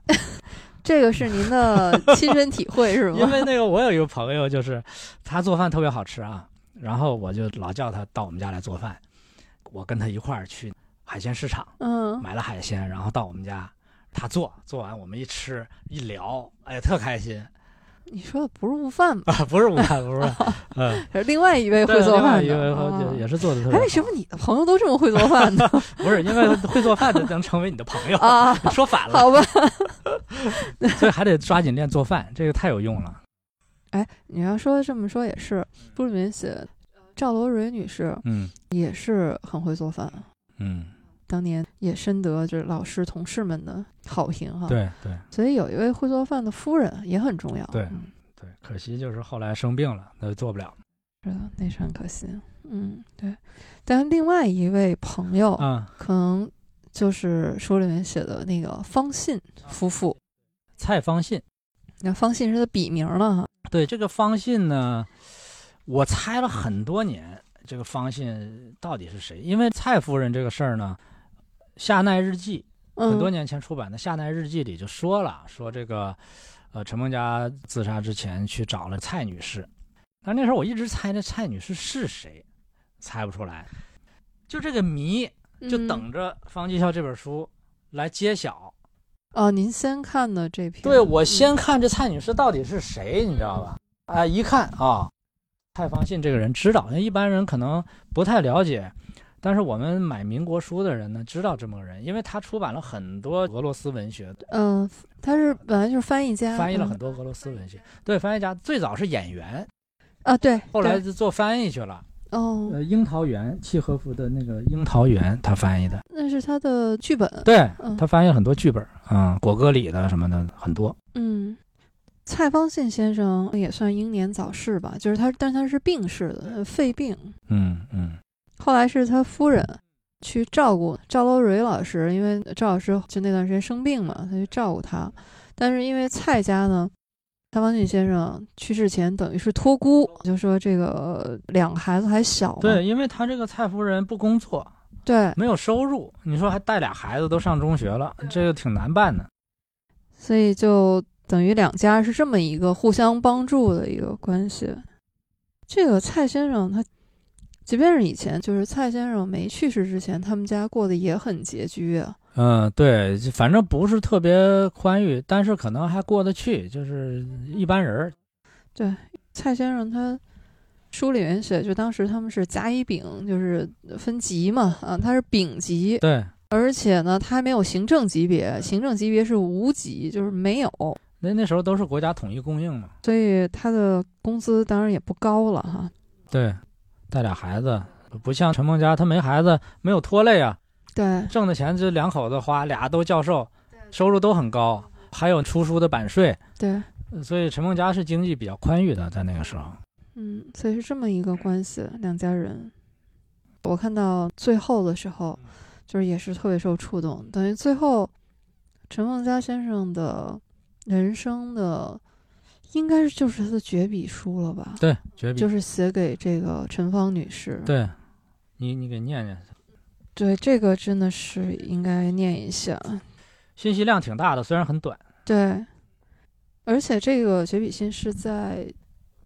B: 这个是您的
A: (laughs)
B: 亲身体会是吗？
A: 因为那个我有一个朋友，就是他做饭特别好吃啊，然后我就老叫他到我们家来做饭，我跟他一块儿去海鲜市场
B: 嗯，
A: 买了海鲜，然后到我们家他做，做完我们一吃一聊，哎呀特开心
B: 你说的不是悟饭吧？
A: 啊， (laughs) 不是午饭，不是午饭，嗯，
B: 是另外一位
A: 对
B: 哦 (laughs) 会做
A: 另外
B: 饭
A: 一
B: 的。
A: 个
B: 啊
A: 也也是做的特别
B: 哎，
A: 好
B: 为，什么你的朋友都这么会做
A: (laughs)
B: 饭呢？
A: 不是因为会做饭的能成为你的朋友
B: 啊，
A: (laughs) 说反了， (laughs)
B: 好吧。
A: 所以还得抓紧练做饭，这个太有用了，
B: 哎，你要说这么说也是，书里面写赵罗蕊女士
A: 嗯
B: 也是很会做饭，
A: 嗯，
B: 当年也深得就是老师同事们的好评哈。，
A: 对对
B: 所以有一位会做饭的夫人也很重要。
A: 对
B: 嗯
A: 对，可惜就是后来生病了，那就做不了
B: 是的，那是很可惜。嗯，对。但另外一位朋友，
A: 啊。
B: 可能就是书里面写的那个方信
A: 啊
B: 夫妇。
A: 蔡方信。
B: 那方信是他笔名了哈，
A: 对这个方信呢，我猜了很多年，这个方信到底是谁？因为蔡夫人这个事儿呢，《夏奈日记》
B: 嗯，
A: 很多年前出版的《夏奈日记》里就说了，说这个，呃，陈梦家自杀之前去找了蔡女士，但那时候我一直猜那蔡女士是谁，猜不出来，就这个谜，就等着方继孝这本书来揭晓。
B: 嗯、哦。您先看的这篇，
A: 对我
B: 嗯
A: 先看这蔡女士到底是谁，你知道吧？啊、一看啊，蔡方信这个人知道，因为一般人可能不太了解，但是我们买民国书的人呢，知道这么个人，因为他出版了很多俄罗斯文学，
B: 嗯、他是本来就是翻译家，
A: 翻译了很
B: 嗯
A: 多俄罗斯文学。对，翻译家最早是演员，
B: 啊，对，
A: 后来
B: 对
A: 就做翻译去了。
B: 哦，
A: 呃，樱桃园，契诃夫的那个《樱桃园》，他翻译的，
B: 那是他的剧本，
A: 对
B: 嗯
A: 他翻译了很多剧本，嗯，果戈里的什么的很多。
B: 嗯。蔡方信先生也算英年早逝吧，就是他，但他是病逝的，呃肺病。
A: 嗯嗯，
B: 后来是他夫人去照顾赵楼蕊老师，因为赵老师就那段时间生病嘛，他去照顾他。但是因为蔡家呢，蔡方俊先生去世前等于是托孤，就说这个两个孩子还小嘛，
A: 对，因为他这个蔡夫人不工作，
B: 对，
A: 没有收入，你说还带俩孩子都上中学了，这个挺难办的。
B: 所以就等于两家是这么一个互相帮助的一个关系。这个蔡先生他，即便是以前就是蔡先生没去世之前，他们家过得也很拮据啊。
A: 嗯，对，就反正不是特别宽裕，但是可能还过得去，就是一般人儿。
B: 对，蔡先生他书里面写，就当时他们是甲乙丙，就是分级嘛，啊，他是丙级，
A: 对，
B: 而且呢，他还没有行政级别，行政级别是无级，就是没有，
A: 那那时候都是国家统一供应嘛。
B: 所以他的工资当然也不高了哈。
A: 对，带俩孩子，不像陈梦家，他没孩子，没有拖累啊。
B: 对，
A: 挣的钱这两口子花，俩都教授，收入都很高，还有出书的版税，
B: 对，
A: 呃所以陈梦家是经济比较宽裕的，在那个时候。
B: 嗯，所以是这么一个关系，两家人。我看到最后的时候，
A: 嗯
B: 就是也是特别受触动，等于最后陈梦家先生的人生的，应该是就是他的绝笔书了吧？
A: 对，绝笔。
B: 就是写给这个陈芳女士。
A: 对，你你给念念，
B: 对，这个真的是应该念一下。
A: 信息量挺大的，虽然很短。
B: 对，而且这个绝笔信是在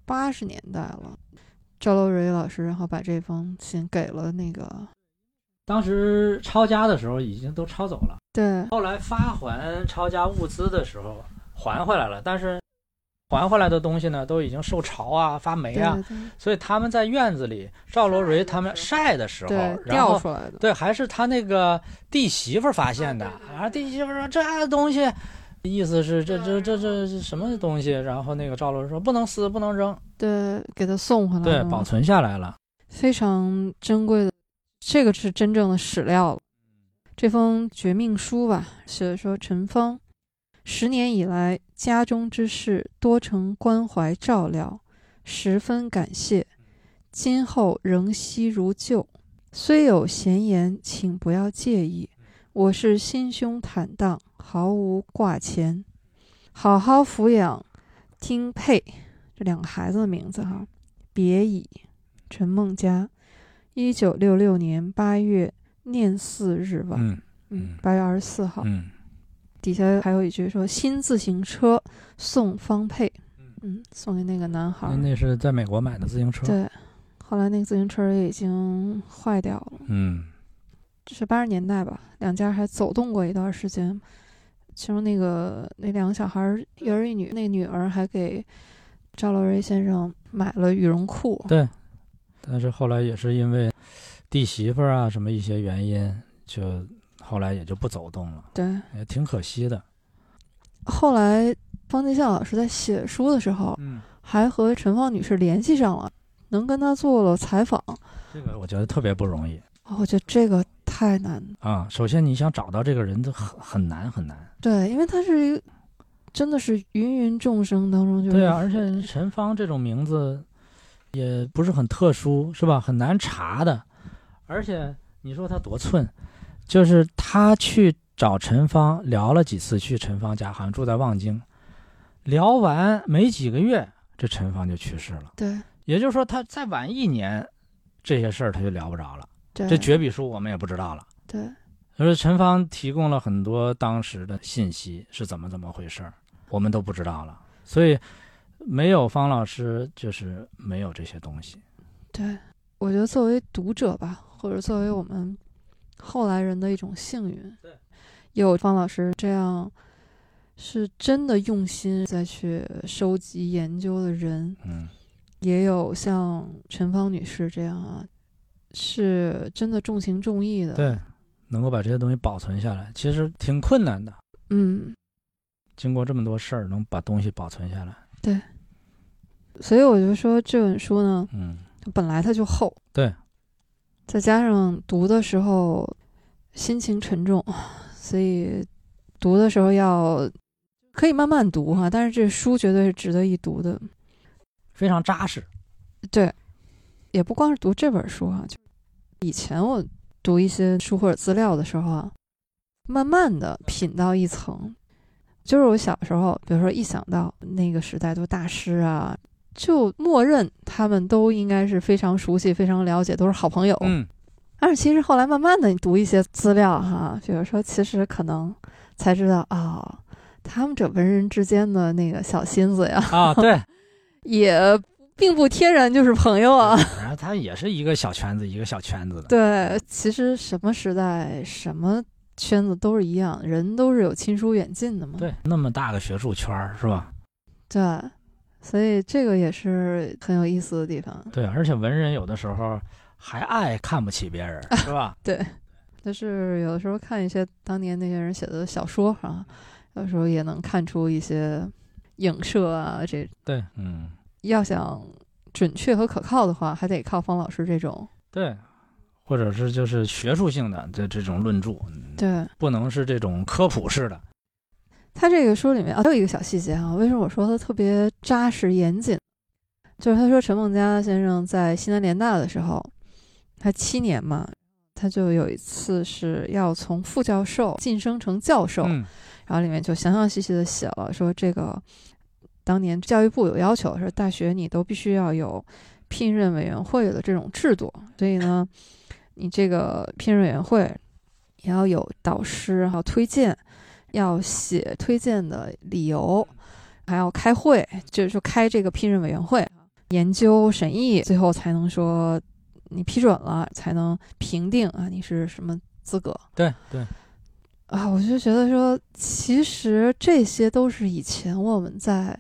B: 八十年代了，赵楼蕊老师然后把这封信给了那个
A: 当时抄家的时候已经都抄走了，
B: 对
A: 后来发还抄家物资的时候还回来了，但是还回来的东西呢，都已经受潮啊、发霉
B: 对
A: 啊，
B: 对
A: 所以他们在院子里，赵罗蕊他们晒的时候，
B: 对
A: 然
B: 掉
A: 后
B: 出来的，
A: 对，还是他那个弟媳妇儿发现的，然后弟媳妇儿说这东西，意思是这这这这这什么东西？然后那个赵罗蕊说不能撕，不能
B: 嗯
A: 扔，
B: 对，给他送回来
A: 对
B: 了，
A: 保存下来了。
B: 非常珍贵的，这个是真正的史料了。这封绝命书吧，写的说陈芳十年以来，家中之事多承关怀照料，十分感谢，今后仍惜如旧。虽有闲言，请不要介意，我是心胸坦荡，毫无挂牵，好好抚养丁佩这两个孩子的名字哈，别已。陈梦佳，一九六六年八月廿四日吧，
A: 嗯
B: 嗯，八月二十四号。
A: 嗯，
B: 底下还有一句说：“新自行车送方佩，嗯，送给那个男孩儿。
A: 那那是在美国买的自行车。
B: 对，后来那个自行车也已经坏掉了。
A: 嗯
B: 这是八十年代吧，两家还走动过一段时间。其中那个那两个小孩儿，一儿一女，那女儿还给赵乐瑞先生买了羽绒裤。
A: 对，但是后来也是因为弟媳妇儿啊什么一些原因，就后来也就不走动了，
B: 对，
A: 也挺可惜的。
B: 后来方继孝老师在写书的时候，
A: 嗯，
B: 还和陈芳女士联系上了，能跟她做了采访。
A: 这个我觉得特别不容易
B: 哦我觉得这个太难了，
A: 啊。首先你想找到这个人，都很很难很难。
B: 对，因为她是一个真的是芸芸众生当中就是
A: 对啊，而且陈芳这种名字也不是很特殊，是吧？很难查的。而且你说他多寸，就是他去找陈芳聊了几次，去陈芳家，好像住在望京，聊完没几个月，这陈芳就去世了。
B: 对
A: 也就是说，他再晚一年，这些事儿他就聊不着了。
B: 对
A: 这绝笔书我们也不知道了。
B: 对
A: 就是陈芳提供了很多当时的信息是怎么怎么回事儿，我们都不知道了，所以没有方老师就是没有这些东西。
B: 对，我觉得作为读者吧，或者作为我们后来人的一种幸运，
A: 对，
B: 有方老师这样是真的用心再去收集研究的人，
A: 嗯，
B: 也有像陈芳女士这样啊，是真的重情重义的。，
A: 对，能够把这些东西保存下来，其实挺困难的。
B: 嗯，
A: 经过这么多事儿，能把东西保存下来，
B: 所以我就说这本书呢，
A: 嗯，
B: 本来它就厚，
A: 对，
B: 再加上读的时候心情沉重，所以读的时候要可以慢慢读哈、但是这书绝对是值得一读的。
A: 非常扎实。
B: 对，也不光是读这本书啊，就以前我读一些书或者资料的时候啊，慢慢的品到一层，就是我小时候，比如说一想到那个时代都大师啊，就默认他们都应该是非常熟悉、非常了解，都是好朋友。
A: 嗯，
B: 但是其实后来慢慢的，你读一些资料哈、比如说其实可能才知道啊、哦，他们这文人之间的那个小心思呀，
A: (laughs) 啊，对，
B: 也并不天然就是朋友啊。
A: 然后他也是一个小圈子，一个小圈子的。
B: 对，其实什么时代、什么圈子都是一样，人都是有亲疏远近的嘛。
A: 对，那么大个学术圈儿是吧？
B: 对所以这个也是很有意思的地方。
A: 对，而且文人有的时候还爱看不起别人， (laughs) 是吧？
B: 对，就是有的时候看一些当年那些人写的小说啊，有时候也能看出一些影射啊。这
A: 对，嗯。
B: 要想准确和可靠的话，还得靠方老师这种。
A: 对，或者是就是学术性的这这种论著，
B: 对
A: 不能是这种科普式的。
B: 他这个书里面啊，还有一个小细节哈、为什么我说他特别扎实严谨？就是他说陈梦家先生在西南联大的时候，他七年嘛，他就有一次是要从副教授晋升成教授，
A: 嗯
B: 然后里面就详详细细的写了，说这个当年教育部有要求，说大学你都必须要有聘任委员会的这种制度，所以呢，你这个聘任委员会也要有导师，然后推荐，要写推荐的理由，还要开会，就是说开这个聘任委员会，研究审议，最后才能说你批准了，才能评定啊你是什么资格。
A: 对对，
B: 啊，我就觉得说，其实这些都是以前我们在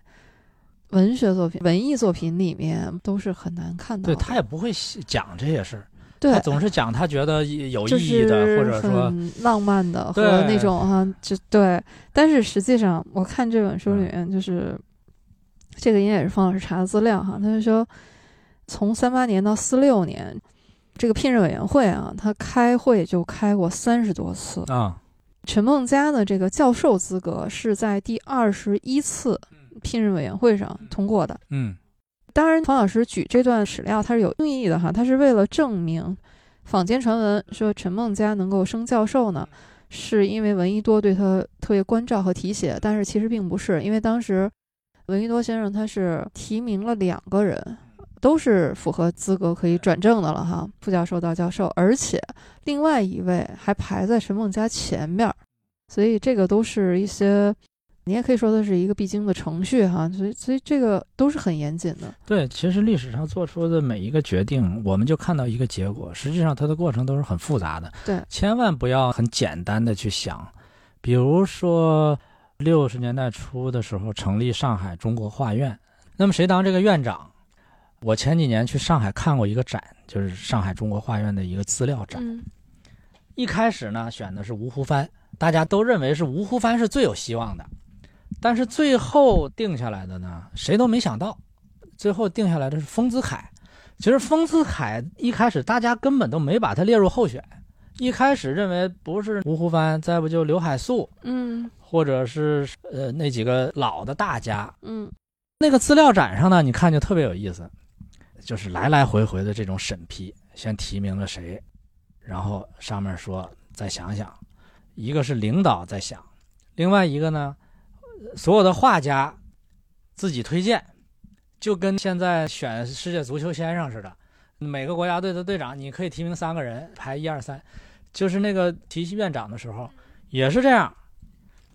B: 文学作品、文艺作品里面都是很难看到
A: 对
B: 的。
A: 他也不会细讲这些事儿，
B: 对
A: 他总是讲他觉得有
B: 就
A: 意义
B: 是
A: 的，或者说
B: 很浪漫的和
A: 对
B: 那种啊，就对。但是实际上，我看这本书里
A: 嗯
B: 面，就是、这个应该也是方老师查的资料哈，他就说，从三八年到四六年，这个聘任委员会啊，他开会就开过三十多次。
A: 啊，
B: 陈梦家的这个教授资格是在第二十一次聘任委员会上通过的。
A: 嗯
B: 当然，方老师举这段史料，它是有意义的哈，它是为了证明坊间传闻说陈梦家能够升教授呢，是因为闻一多对他特别关照和提携，但是其实并不是，因为当时闻一多先生他是提名了两个人，都是符合资格可以转正的了哈，副教授到教授，而且另外一位还排在陈梦家前面儿，所以这个都是一些。你也可以说它是一个必经的程序哈，所以所以这个都是很严谨的。
A: 对，其实历史上做出的每一个决定，我们就看到一个结果，实际上它的过程都是很复杂的。
B: 对
A: 千万不要很简单的去想，比如说六十年代初的时候成立上海中国画院，那么谁当这个院长？我前几年去上海看过一个展，就是上海中国画院的一个资料展。
B: 嗯
A: 一开始呢，选的是吴湖帆，大家都认为是吴湖帆是最有希望的，但是最后定下来的呢，谁都没想到，最后定下来的是丰子恺。其实丰子恺一开始大家根本都没把他列入候选，一开始认为不是吴湖帆，再不就刘海粟，
B: 嗯
A: 或者是呃那几个老的大家，
B: 嗯
A: 那个资料展上呢，你看就特别有意思，就是来来回回的这种审批，先提名了谁，然后上面说再想想，一个是领导在想，另外一个呢，所有的画家自己推荐，就跟现在选世界足球先生似的，每个国家队的队长你可以提名三个人，排一二三，就是那个提院长的时候也是这样，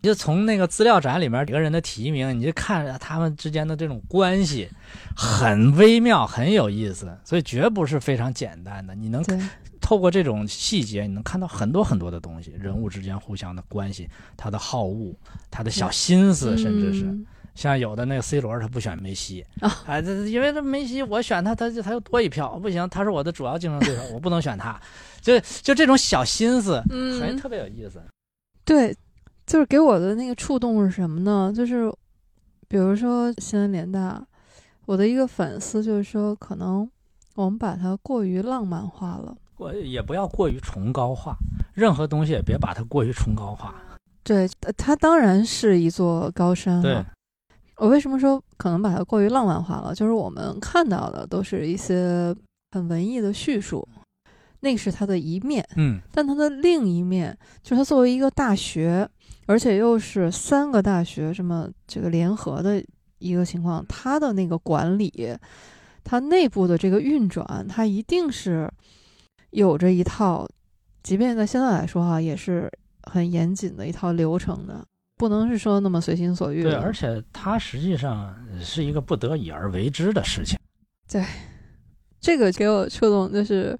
A: 你就从那个资料展里面几个人的提名，你就看他们之间的这种关系，很微妙，很有意思，所以绝不是非常简单的。你能
B: 对
A: 透过这种细节，你能看到很多很多的东西，人物之间互相的关系，他的好恶，他的小心思，甚至是
B: 嗯
A: 像有的那个 C 罗，他不选梅西
B: 啊，
A: 哎，这因为这梅西我选他，他就他又多一票，不行，他是我的主要竞争对手，我不能选他， (laughs) 就就这种小心思，很
B: 嗯
A: 特别有意思。
B: 对，就是给我的那个触动是什么呢？就是比如说西南联大，我的一个反思就是说，可能我们把它过于浪漫化了。
A: 过也不要过于崇高化，任何东西也别把它过于崇高化。
B: 对，呃它当然是一座高山
A: 对
B: 了。，我为什么说可能把它过于浪漫化了？就是我们看到的都是一些很文艺的叙述，那是它的一面。
A: 嗯，
B: 但它的另一面，就是它作为一个大学，而且又是三个大学这么这个联合的一个情况，它的那个管理，它内部的这个运转，它一定是有着一套，即便在现在来说哈、也是很严谨的一套流程的，不能是说那么随心所欲
A: 对，
B: 的。
A: 而且它实际上是一个不得已而为之的事情。
B: 这个给我触动就是，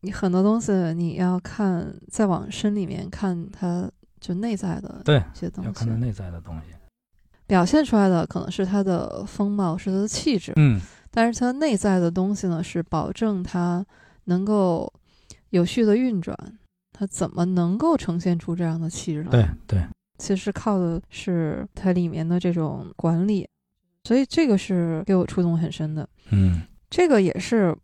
B: 你很多东西你要看，再往深里面看它。就内在的
A: 对
B: 一些东西，
A: 要看它内在的东西。
B: 表现出来的可能是他的风貌，是他的气质，
A: 嗯，
B: 但是他内在的东西呢，是保证他能够有序的运转。他怎么能够呈现出这样的气质呢？
A: 对，对，
B: 其实靠的是它里面的这种管理，所以这个是给我触动很深的。
A: 嗯，
B: 这个也是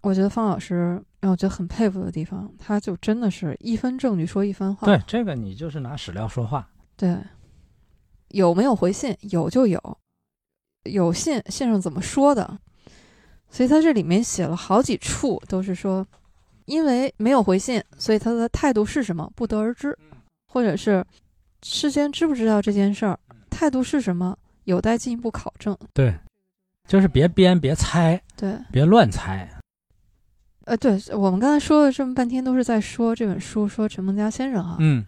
B: 我觉得方老师让我觉得很佩服的地方，他就真的是一分证据说一分话。
A: 对，这个你就是拿史料说话。
B: 对，有没有回信？有就有，有信信上怎么说的？所以他这里面写了好几处，都是说，因为没有回信，所以他的态度是什么不得而知，
A: 嗯
B: 或者是事先知不知道这件事儿，
A: 嗯
B: 态度是什么有待进一步考证。
A: 对，就是别编，别猜，
B: 对，
A: 别乱猜。啊
B: 呃，对我们刚才说了这么半天，都是在说这本书，说陈梦家先生啊。
A: 嗯，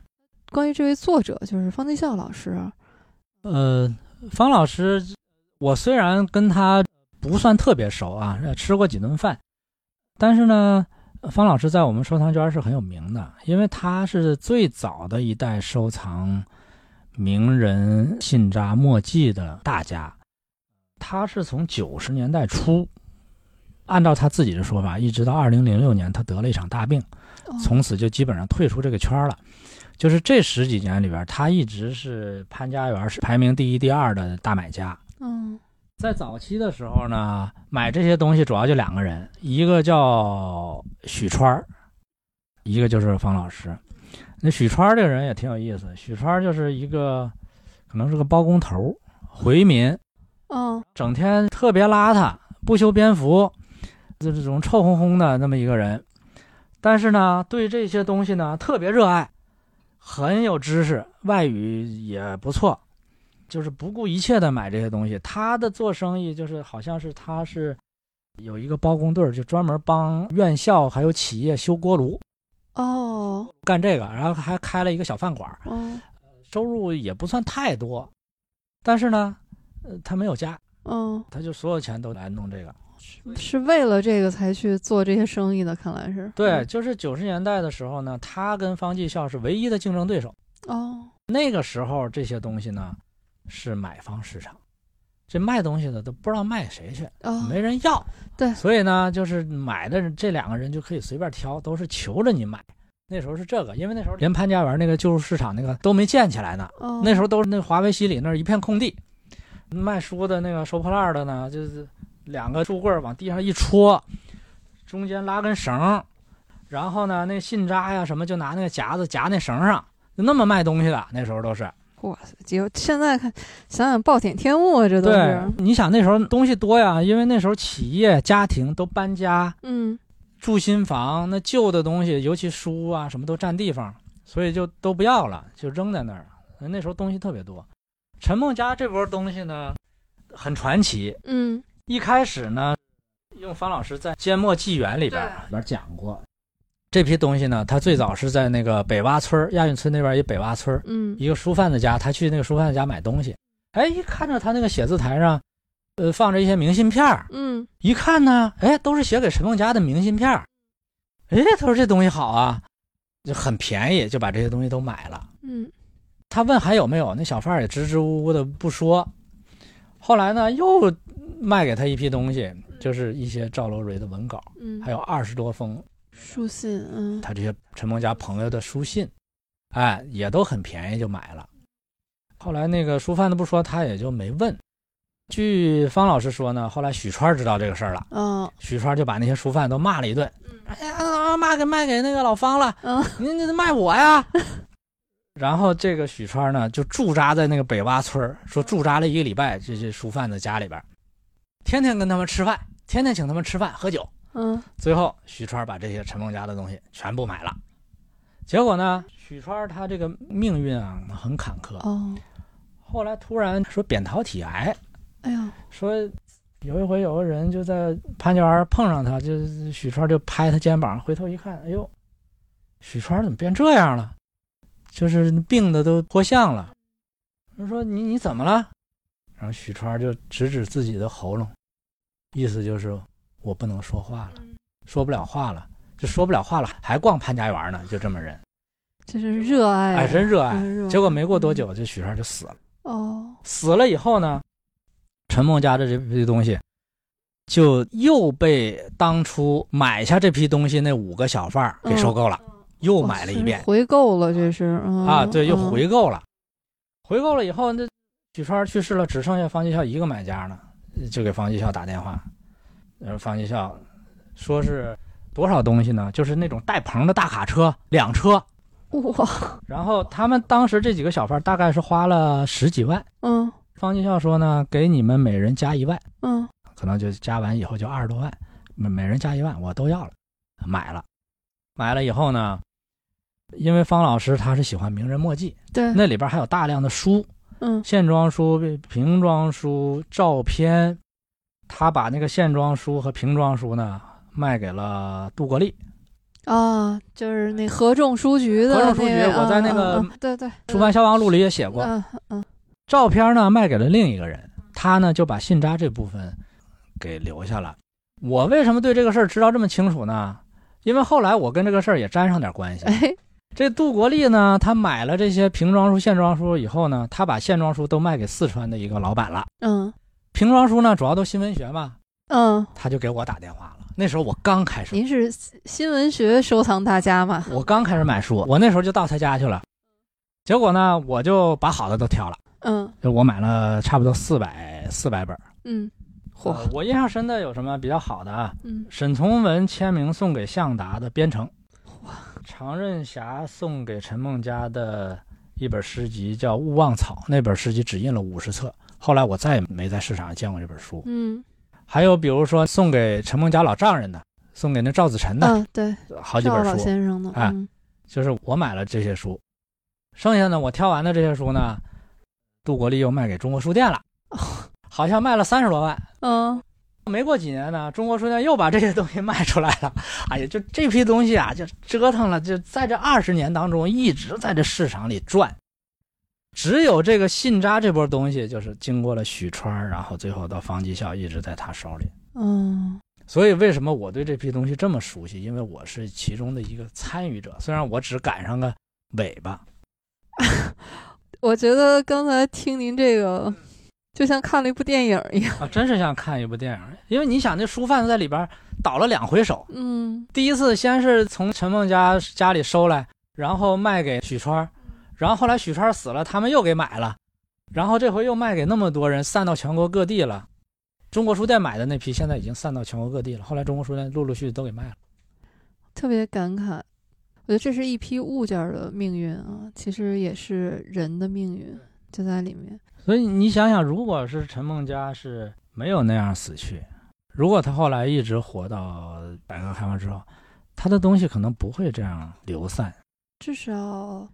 B: 关于这位作者，就是方继孝老师，啊
A: 呃，方老师，我虽然跟他不算特别熟啊，呃吃过几顿饭，但是呢，方老师在我们收藏圈是很有名的，因为他是最早的一代收藏名人信札墨迹的大家。他是从九十年代初，按照他自己的说法，一直到二零零六年，他得了一场大病，
B: 哦
A: 从此就基本上退出这个圈儿了。就是这十几年里边儿，他一直是潘家园是排名第一、第二的大买家。
B: 嗯
A: 在早期的时候呢，买这些东西主要就两个人，一个叫许川儿，一个就是方老师。那许川儿这个人也挺有意思，许川儿就是一个可能是个包工头儿，回民，
B: 嗯
A: 整天特别邋遢，不修边幅，就这种臭烘烘的那么一个人。但是呢，对这些东西呢特别热爱，很有知识，外语也不错，就是不顾一切的买这些东西。他的做生意就是好像是他是有一个包工队儿，就专门帮院校还有企业修锅炉，
B: 哦
A: 干这个，然后还开了一个小饭馆儿。
B: 哦
A: 收入也不算太多，但是呢，呃，他没有家，
B: 哦，
A: 他就所有钱都来弄这个。
B: 是为了这个才去做这些生意的，看来是
A: 对，就是九十年代的时候呢，他跟方继孝是唯一的竞争对手。
B: 哦
A: 那个时候这些东西呢，是买方市场，这卖东西的都不知道卖谁去，
B: 哦，
A: 没人要。
B: 对
A: 所以呢，就是买的人这两个人就可以随便挑，都是求着你买。那时候是这个，因为那时候连潘家园那个旧市场那个都没建起来呢，
B: 哦
A: 那时候都是那华为西里那儿一片空地，卖书的那个收破烂儿的呢，就是两个书柜儿往地上一戳，中间拉根绳儿，然后呢，那信札呀什么就拿那个夹子夹那绳儿上，就那么卖东西的。那时候都是，
B: 哇塞，就现在看想想暴殄天物啊，这都
A: 对
B: 是，
A: 你想那时候东西多呀，因为那时候企业家庭都搬家
B: 嗯
A: 住新房，那旧的东西，尤其书啊什么都占地方，所以就都不要了，就扔在那儿。那时候东西特别多，陈梦家这波东西呢，很传奇。
B: 嗯
A: 一开始呢，用方老师在《缄默纪元》里边
B: 对
A: 里边讲过，这批东西呢，他最早是在那个北洼村儿亚运村那边一北洼村儿
B: 嗯
A: 一个书贩子家，他去那个书贩子家买东西，哎，一看着他那个写字台上，呃，放着一些明信片儿，
B: 嗯
A: 一看呢，哎，都是写给陈梦家的明信片儿，哎，他说这东西好啊，就很便宜，就把这些东西都买了。
B: 嗯
A: 他问还有没有，那小贩儿也支支吾吾的不说。后来呢，又卖给他一批东西，就是一些赵楼蕊的文稿，
B: 嗯，
A: 还有二十多封
B: 书信，嗯
A: 他这些陈梦家朋友的书信，哎，也都很便宜就买了。后来那个书贩子不说，他也就没问。据方老师说呢，后来许川知道这个事儿了，
B: 哦
A: 许川就把那些书贩都骂了一顿。哎呀，啊骂给卖给那个老方了，
B: 嗯
A: 您这卖我呀？然后这个许川呢，就驻扎在那个北洼村儿说驻扎了一个礼拜，这些书贩子家里边儿，天天跟他们吃饭，天天请他们吃饭喝酒。 (laughs)
B: 嗯
A: 最后，许川把这些陈梦家的东西全部买了。结果呢，许川他这个命运啊很坎坷。
B: 哦，
A: 后来突然说扁桃体癌，
B: 哎呀，
A: 说有一回有个人就在潘家园碰上他，就是许川就拍他肩膀，回头一看，哎呦，许川怎么变这样了？就是病的都脱相了。他说你你怎么了？然后许川就指指自己的喉咙，意思就是我不能说话了，说不了话了，就说不了话了，还逛潘家园呢，就这么人，
B: 这是热爱啊，
A: 哎，真热爱。
B: 真热爱，嗯
A: 结果没过多久，就许川就死了。
B: 哦，
A: 死了以后呢，陈梦家的这批东西就又被当初买下这批东西那五个小贩儿给收购了，又
B: 哦
A: 买了一
B: 是
A: 遍、
B: 回购了，这是嗯
A: 啊，对，又
B: 嗯
A: 回购了。回购了以后，那许川去世了，只剩下方继孝一个买家呢，就给方继孝打电话，然后方继孝说是多少东西呢？就是那种带棚的大卡车，两车。
B: 哇，
A: 然后他们当时这几个小贩大概是花了十几万。
B: 嗯
A: 方继孝说呢，给你们每人加一万，
B: 嗯，
A: 可能就加完以后就二十多万，每每人加一万，我都要了，买了。买了以后呢，因为方老师他是喜欢名人墨迹，
B: 对，
A: 那里边还有大量的书，
B: 嗯
A: 线装书、瓶装书、照片，他把那个线装书和瓶装书呢卖给了杜国立。
B: 啊，就是那合众书局的
A: 合
B: 那
A: 众
B: 个，
A: 书局我在那个
B: 嗯嗯嗯对对
A: 《书盘消亡录》里也写过，
B: 嗯嗯
A: 照片呢卖给了另一个人，他呢就把信札这部分给留下了。我为什么对这个事儿知道这么清楚呢？因为后来我跟这个事儿也沾上点关
B: (laughs)
A: 系。
B: 哎
A: 这杜国立呢，他买了这些瓶装书、线装书以后呢，他把线装书都卖给四川的一个老板了。
B: 嗯
A: 瓶装书呢，主要都新闻学嘛，
B: 嗯，
A: 他就给我打电话了。那时候我刚开始，
B: 您是新闻学收藏大家嘛？
A: 我刚开始买书，我那时候就到他家去了。结果呢，我就把好的都挑了，
B: 嗯
A: 就我买了差不多四百四百本儿。
B: 嗯，
A: 呃
B: 嚯，
A: 我印象深的有什么比较好的啊？
B: 嗯
A: 沈从文签名送给向达的《边城》，常任侠送给陈梦家的一本诗集叫《勿忘草》，那本诗集只印了五十册，后来我再也没在市场上见过这本书。
B: 嗯
A: 还有比如说送给陈梦家老丈人的，送给那赵子晨的、
B: 嗯，对，
A: 好几
B: 赵
A: 本
B: 老
A: 书，
B: 先生的，
A: 哎
B: 嗯
A: 就是我买了这些书，剩下呢我挑完的这些书呢，杜国立又卖给中国书店了，好像卖了三十多万。
B: 哦嗯
A: 没过几年呢，中国书店又把这些东西卖出来了。哎呀，就这批东西啊，就折腾了，就在这二十年当中一直在这市场里转。只有这个信札这波东西，就是经过了许川儿，然后最后到方继孝，一直在他手里。
B: 嗯
A: 所以为什么我对这批东西这么熟悉？因为我是其中的一个参与者，虽然我只赶上个尾巴。
B: 我觉得刚才听您这个，就像看了一部电影一样。
A: 啊，真是像看一部电影，因为你想，那书贩子在里边倒了两回手，
B: 嗯
A: 第一次先是从陈梦家家里收来，然后卖给许川儿，然后后来许川儿死了，他们又给买了，然后这回又卖给那么多人，散到全国各地了。中国书店买的那批现在已经散到全国各地了，后来中国书店陆陆续续都给卖了。
B: 特别感慨。我觉得这是一批物件儿的命运啊，其实也是人的命运就在里面。
A: 所以你想想，如果是陈梦家是没有那样死去，如果他后来一直活到改革开放之后，他的东西可能不会这样流散，
B: 至少，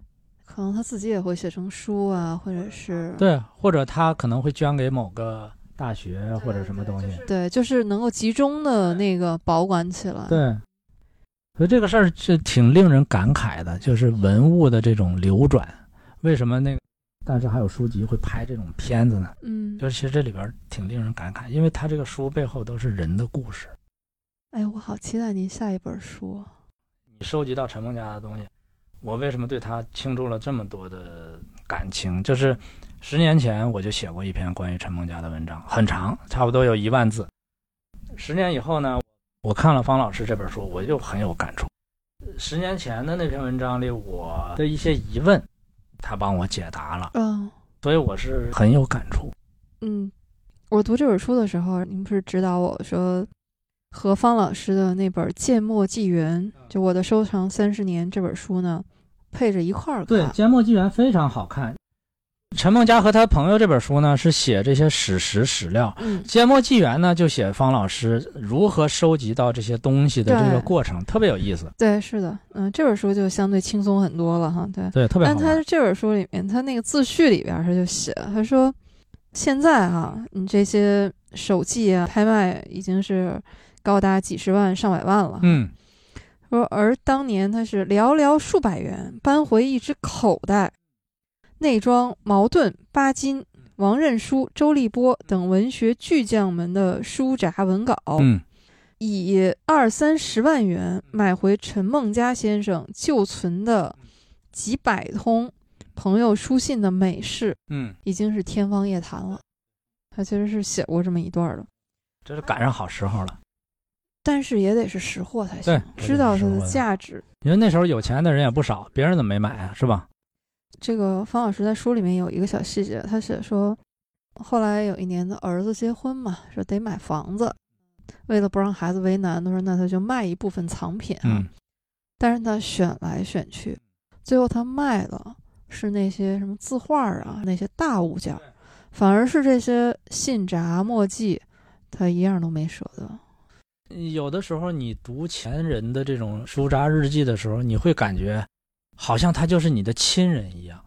B: 可能他自己也会写成书啊，或者是
A: 对，或者他可能会捐给某个大学啊或者什么东西。
B: 对就是能够集中的那个保管起来。
A: 对，所以这个事儿是挺令人感慨的，就是文物的这种流转。为什么那个，但是还有书籍会拍这种片子呢？
B: 嗯，
A: 就是其实这里边儿挺令人感慨，因为它这个书背后都是人的故事。
B: 哎，我好期待您下一本书啊。
A: 你收集到陈梦家的东西，我为什么对他倾注了这么多的感情？就是十年前我就写过一篇关于陈梦家的文章，很长，差不多有一万字。十年以后呢，我看了方老师这本书，我就很有感触。十年前的那篇文章里，我的一些疑问，他帮我解答了，
B: 嗯
A: 所以我是很有感触。
B: 嗯，我读这本书的时候，您不是指导我说何芳老师的那本《芥末纪元》，就我的收藏三十年这本书呢，配着一块儿看。
A: 对，《缄默纪元》非常好看。陈梦家和他朋友这本书呢，是写这些史实史料，
B: 嗯
A: 《缄默纪元》呢，就写方老师如何收集到这些东西的这个
B: 对
A: 过程，特别有意思，
B: 对，是的，嗯，这本书就相对轻松很多了哈。对，
A: 对，特别好
B: 但
A: 玩。
B: 他这本书里面，他那个自序里边儿他就写，他说现在哈、你这些手记啊，拍卖已经是高达几十万、上百万了。
A: 嗯，
B: 说而当年他是寥寥数百元搬回一只口袋，内装茅盾、巴金、王任书、周立波等文学巨匠们的书札文稿。
A: 嗯，
B: 以二三十万元买回陈梦家先生旧存的
A: 嗯
B: 几百通朋友书信的美式，
A: 嗯，
B: 已经是天方夜谭了。他其实是写过这么一段的，
A: 这是赶上好时候了，
B: 但是也得是识货才
A: 对
B: 行，知道它
A: 我觉得是识货
B: 的
A: 的
B: 价值。
A: 因为那时候有钱的人也不少，别人怎么没买啊？是吧？
B: 这个方老师在书里面有一个小细节，他写说，后来有一年的儿子结婚嘛，说得买房子，为了不让孩子为难，他说那他就卖一部分藏品啊。
A: 嗯
B: 但是他选来选去，最后他卖了是那些什么字画儿啊，那些大物件儿，反而是这些信札墨迹，他一样都没舍得。
A: 嗯有的时候你读前人的这种书札日记的时候，你会感觉好像他就是你的亲人一样，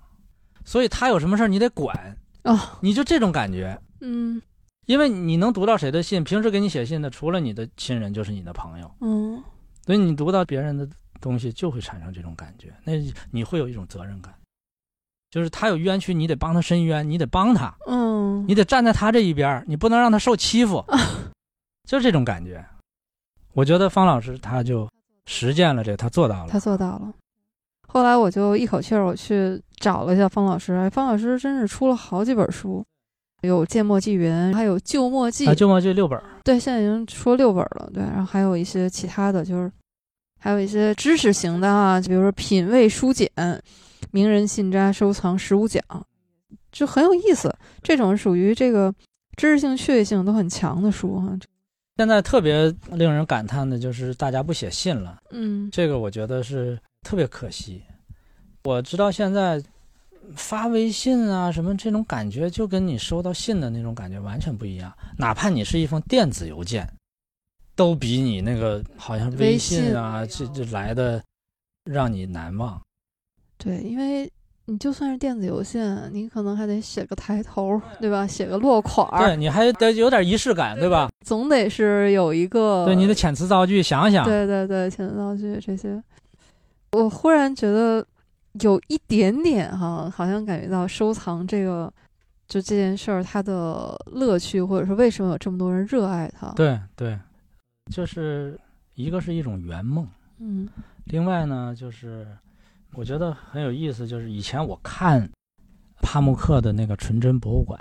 A: 所以他有什么事儿你得管，
B: 哦，
A: 你就这种感觉。
B: 嗯
A: 因为你能读到谁的信，平时给你写信的，除了你的亲人，就是你的朋友，
B: 嗯，
A: 所以你读到别人的东西，就会产生这种感觉。那你会有一种责任感，就是他有冤屈，你得帮他伸冤，你得帮他，
B: 嗯， (laughs)
A: 你得站在他这一边儿，你不能让他受欺负，就是这种感觉。我觉得方老师他就实践了这个，他做到了。
B: 他做到了。后来我就一口气儿我去找了一下方老师，哎，方老师真是出了好几本书，有《芥末纪云》，还有《旧墨迹》
A: 啊，就墨这六本儿，
B: 对，现在已经说六本了，对，然后还有一些其他的，就是还有一些知识型的啊，就比如说品味书简、名人信札收藏十五讲，就很有意思。这种属于这个知识性、趣味性都很强的书哈、
A: 现在特别令人感叹的就是大家不写信了，
B: 嗯
A: 这个我觉得是特别可惜。我直到现在发微信啊什么这种感觉，就跟你收到信的那种感觉完全不一样。哪怕你是一封电子邮件，都比你那个好像微信啊这这来的让你难忘。
B: 对，因为你就算是电子邮件，你可能还得写个抬头，对吧？写个落款儿，
A: 对你还得有点仪式感，对吧？
B: 总得是有一个
A: 对你的遣词造句想想，
B: 对对对，遣词造句这些，我忽然觉得有一点点哈、好像感觉到收藏这个就这件事儿它的乐趣，或者是为什么有这么多人热爱它。，
A: 对对，就是一个是一种圆梦。
B: 嗯
A: 另外呢，就是我觉得很有意思，就是以前我看帕慕克的那个纯真博物馆，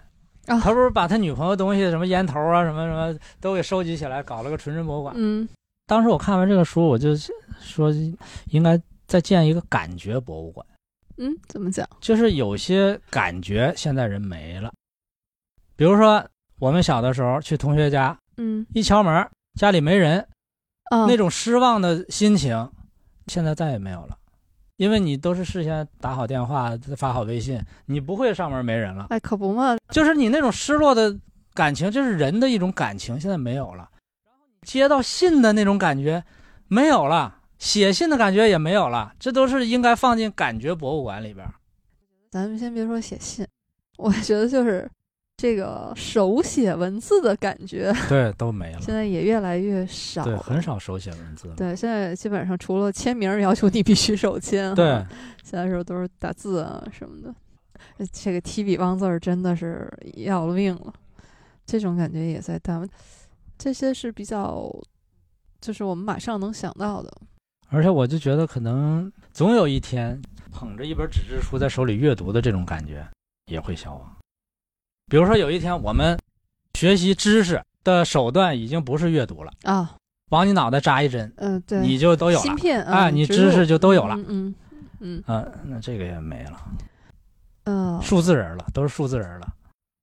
B: 啊
A: 他不是把他女朋友东西什么烟头啊、什么什么都给收集起来，搞了个纯真博物馆。
B: 嗯
A: 当时我看完这个书，我就说应该再建一个感觉博物馆，
B: 嗯，怎么讲？
A: 就是有些感觉现在人没了，比如说我们小的时候去同学家，
B: 嗯
A: 一敲门家里没人，
B: 啊，
A: 那种失望的心情，现在再也没有了，因为你都是事先打好电话、发好微信，你不会上门没人了。
B: 哎，可不嘛，
A: 就是你那种失落的感情，就是人的一种感情，现在没有了。接到信的那种感觉没有了，写信的感觉也没有了，这都是应该放进感觉博物馆里边儿。
B: 咱们先别说写信， (laughs) 我觉得就是这个手写文字的感觉， (laughs)
A: 对，都没了。
B: 现在也越来越少，
A: 对，很。少手写文字了。
B: 对，现在基本上除了签名儿要求你必须手签，
A: 对，
B: 其他时候都是打字啊什么的。呃这个提笔忘字儿真的是要了命了，这种感觉也在淡忘。这些是比较，就是我们马上能想到的。
A: 而且我就觉得，可能总有一天，捧着一本纸质书在手里阅读的这种感觉也会消亡。比如说，有一天我们学习知识的手段已经不是阅读了，
B: 啊，
A: 往你脑袋扎一针，
B: 嗯、对，
A: 你就都有
B: 芯
A: 了
B: 片嗯
A: 啊，你
B: 植
A: 知
B: 入
A: 识就都有了。
B: 嗯嗯嗯
A: 啊、那这个也没了，
B: 嗯，呃
A: 数字人了，都是数字人了。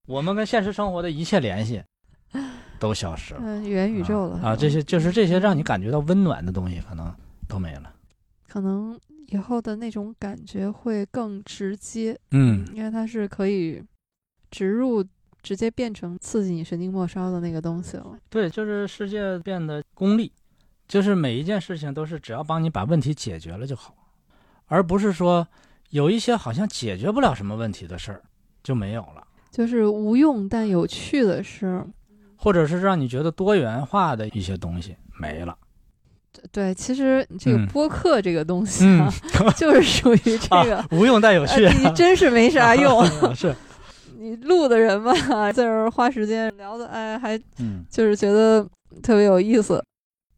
A: 我们跟现实生活的一切联
B: (laughs)
A: 系都消失了
B: 嗯、元宇宙了
A: 啊啊！这些就是这些让你感觉到温暖的东西，可能都没了。
B: 可能以后的那种感觉会更直接，
A: 嗯，
B: 因为它是可以植入，直接变成刺激你神经末梢的那个东西了。
A: 对，就是世界变得功利，就是每一件事情都是只要帮你把问题解决了就好，而不是说有一些好像解决不了什么问题的事儿就没有了，
B: 就是无用但有趣的是，
A: 或者是让你觉得多元化的一些东西没了。
B: 对，其实这个
A: 嗯
B: 播客这个东西 (laughs) 啊，就是属于这个，
A: 啊、嗯无用但有
B: 呃
A: 趣，
B: 你真是没
A: (laughs)
B: 啥用。
A: 是，
B: (laughs) 你录的人吧，在这儿花时间聊的，哎，还
A: 嗯，
B: 就是觉得特别有意思。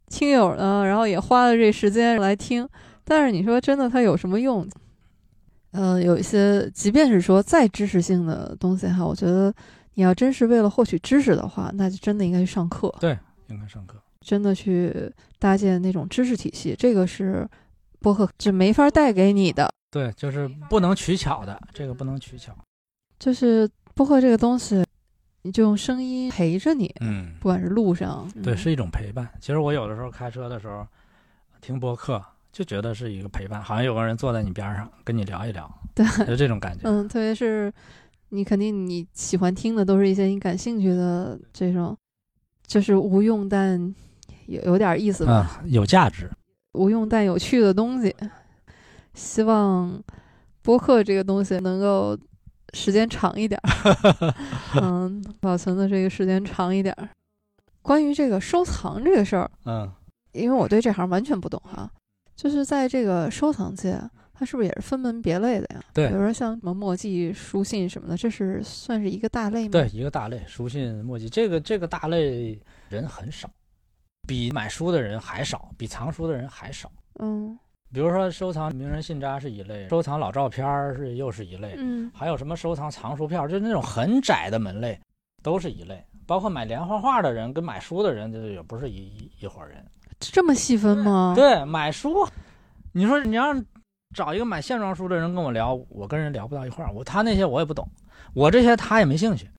B: 听友呢，然后也花了这时间来听，但是你说真的，它有什么用？呃，有一些，即便是说再知识性的东西哈，我觉得你要真是为了获取知识的话，那就真的应该去上课。
A: 应该上课。
B: 真的去搭建那种知识体系，这个是播客是没法带给你的。
A: 对，就是不能取巧的，这个不能取巧。
B: 就是播客这个东西，你就用声音陪着你，
A: 嗯，
B: 不管是路上，
A: 对，
B: 嗯
A: 是一种陪伴。其实我有的时候开车的时候听播客，就觉得是一个陪伴，好像有个人坐在你边上跟你聊一聊，
B: (laughs) 对，
A: 就这种感觉。
B: 嗯，特别是你肯定你喜欢听的都是一些你感兴趣的这种，就是无用但有有点意思吧，
A: 啊，有价值。
B: 无用但有趣的东西。希望播客这个东西能够时间长一点儿，
A: (laughs)
B: 嗯，保存的这个时间长一点儿。关于这个收藏这个事儿，
A: 嗯
B: 因为我对这行完全不懂哈、就是在这个收藏界，它是不是也是分门别类的呀？
A: 对
B: 比如说像什么墨迹、书信什么的，这是算是一个大类吗？
A: 对，，一个大类，书信、墨迹，这个这个大类人很少，比买书的人还少，比藏书的人还少。
B: 嗯
A: 比如说收藏名人信札是一类，收藏老照片儿是又是一类，
B: 嗯
A: 还有什么收藏藏书票，就是那种很窄的门类，都是一类。包括买连环画的人跟买书的人，就是也不是一一一伙人。
B: 这么细分吗？
A: 对，啊买书，你说你要找一个买线装书的人跟我聊，我跟人聊不到一块儿，我他那些我也不懂，我这些他也没兴趣。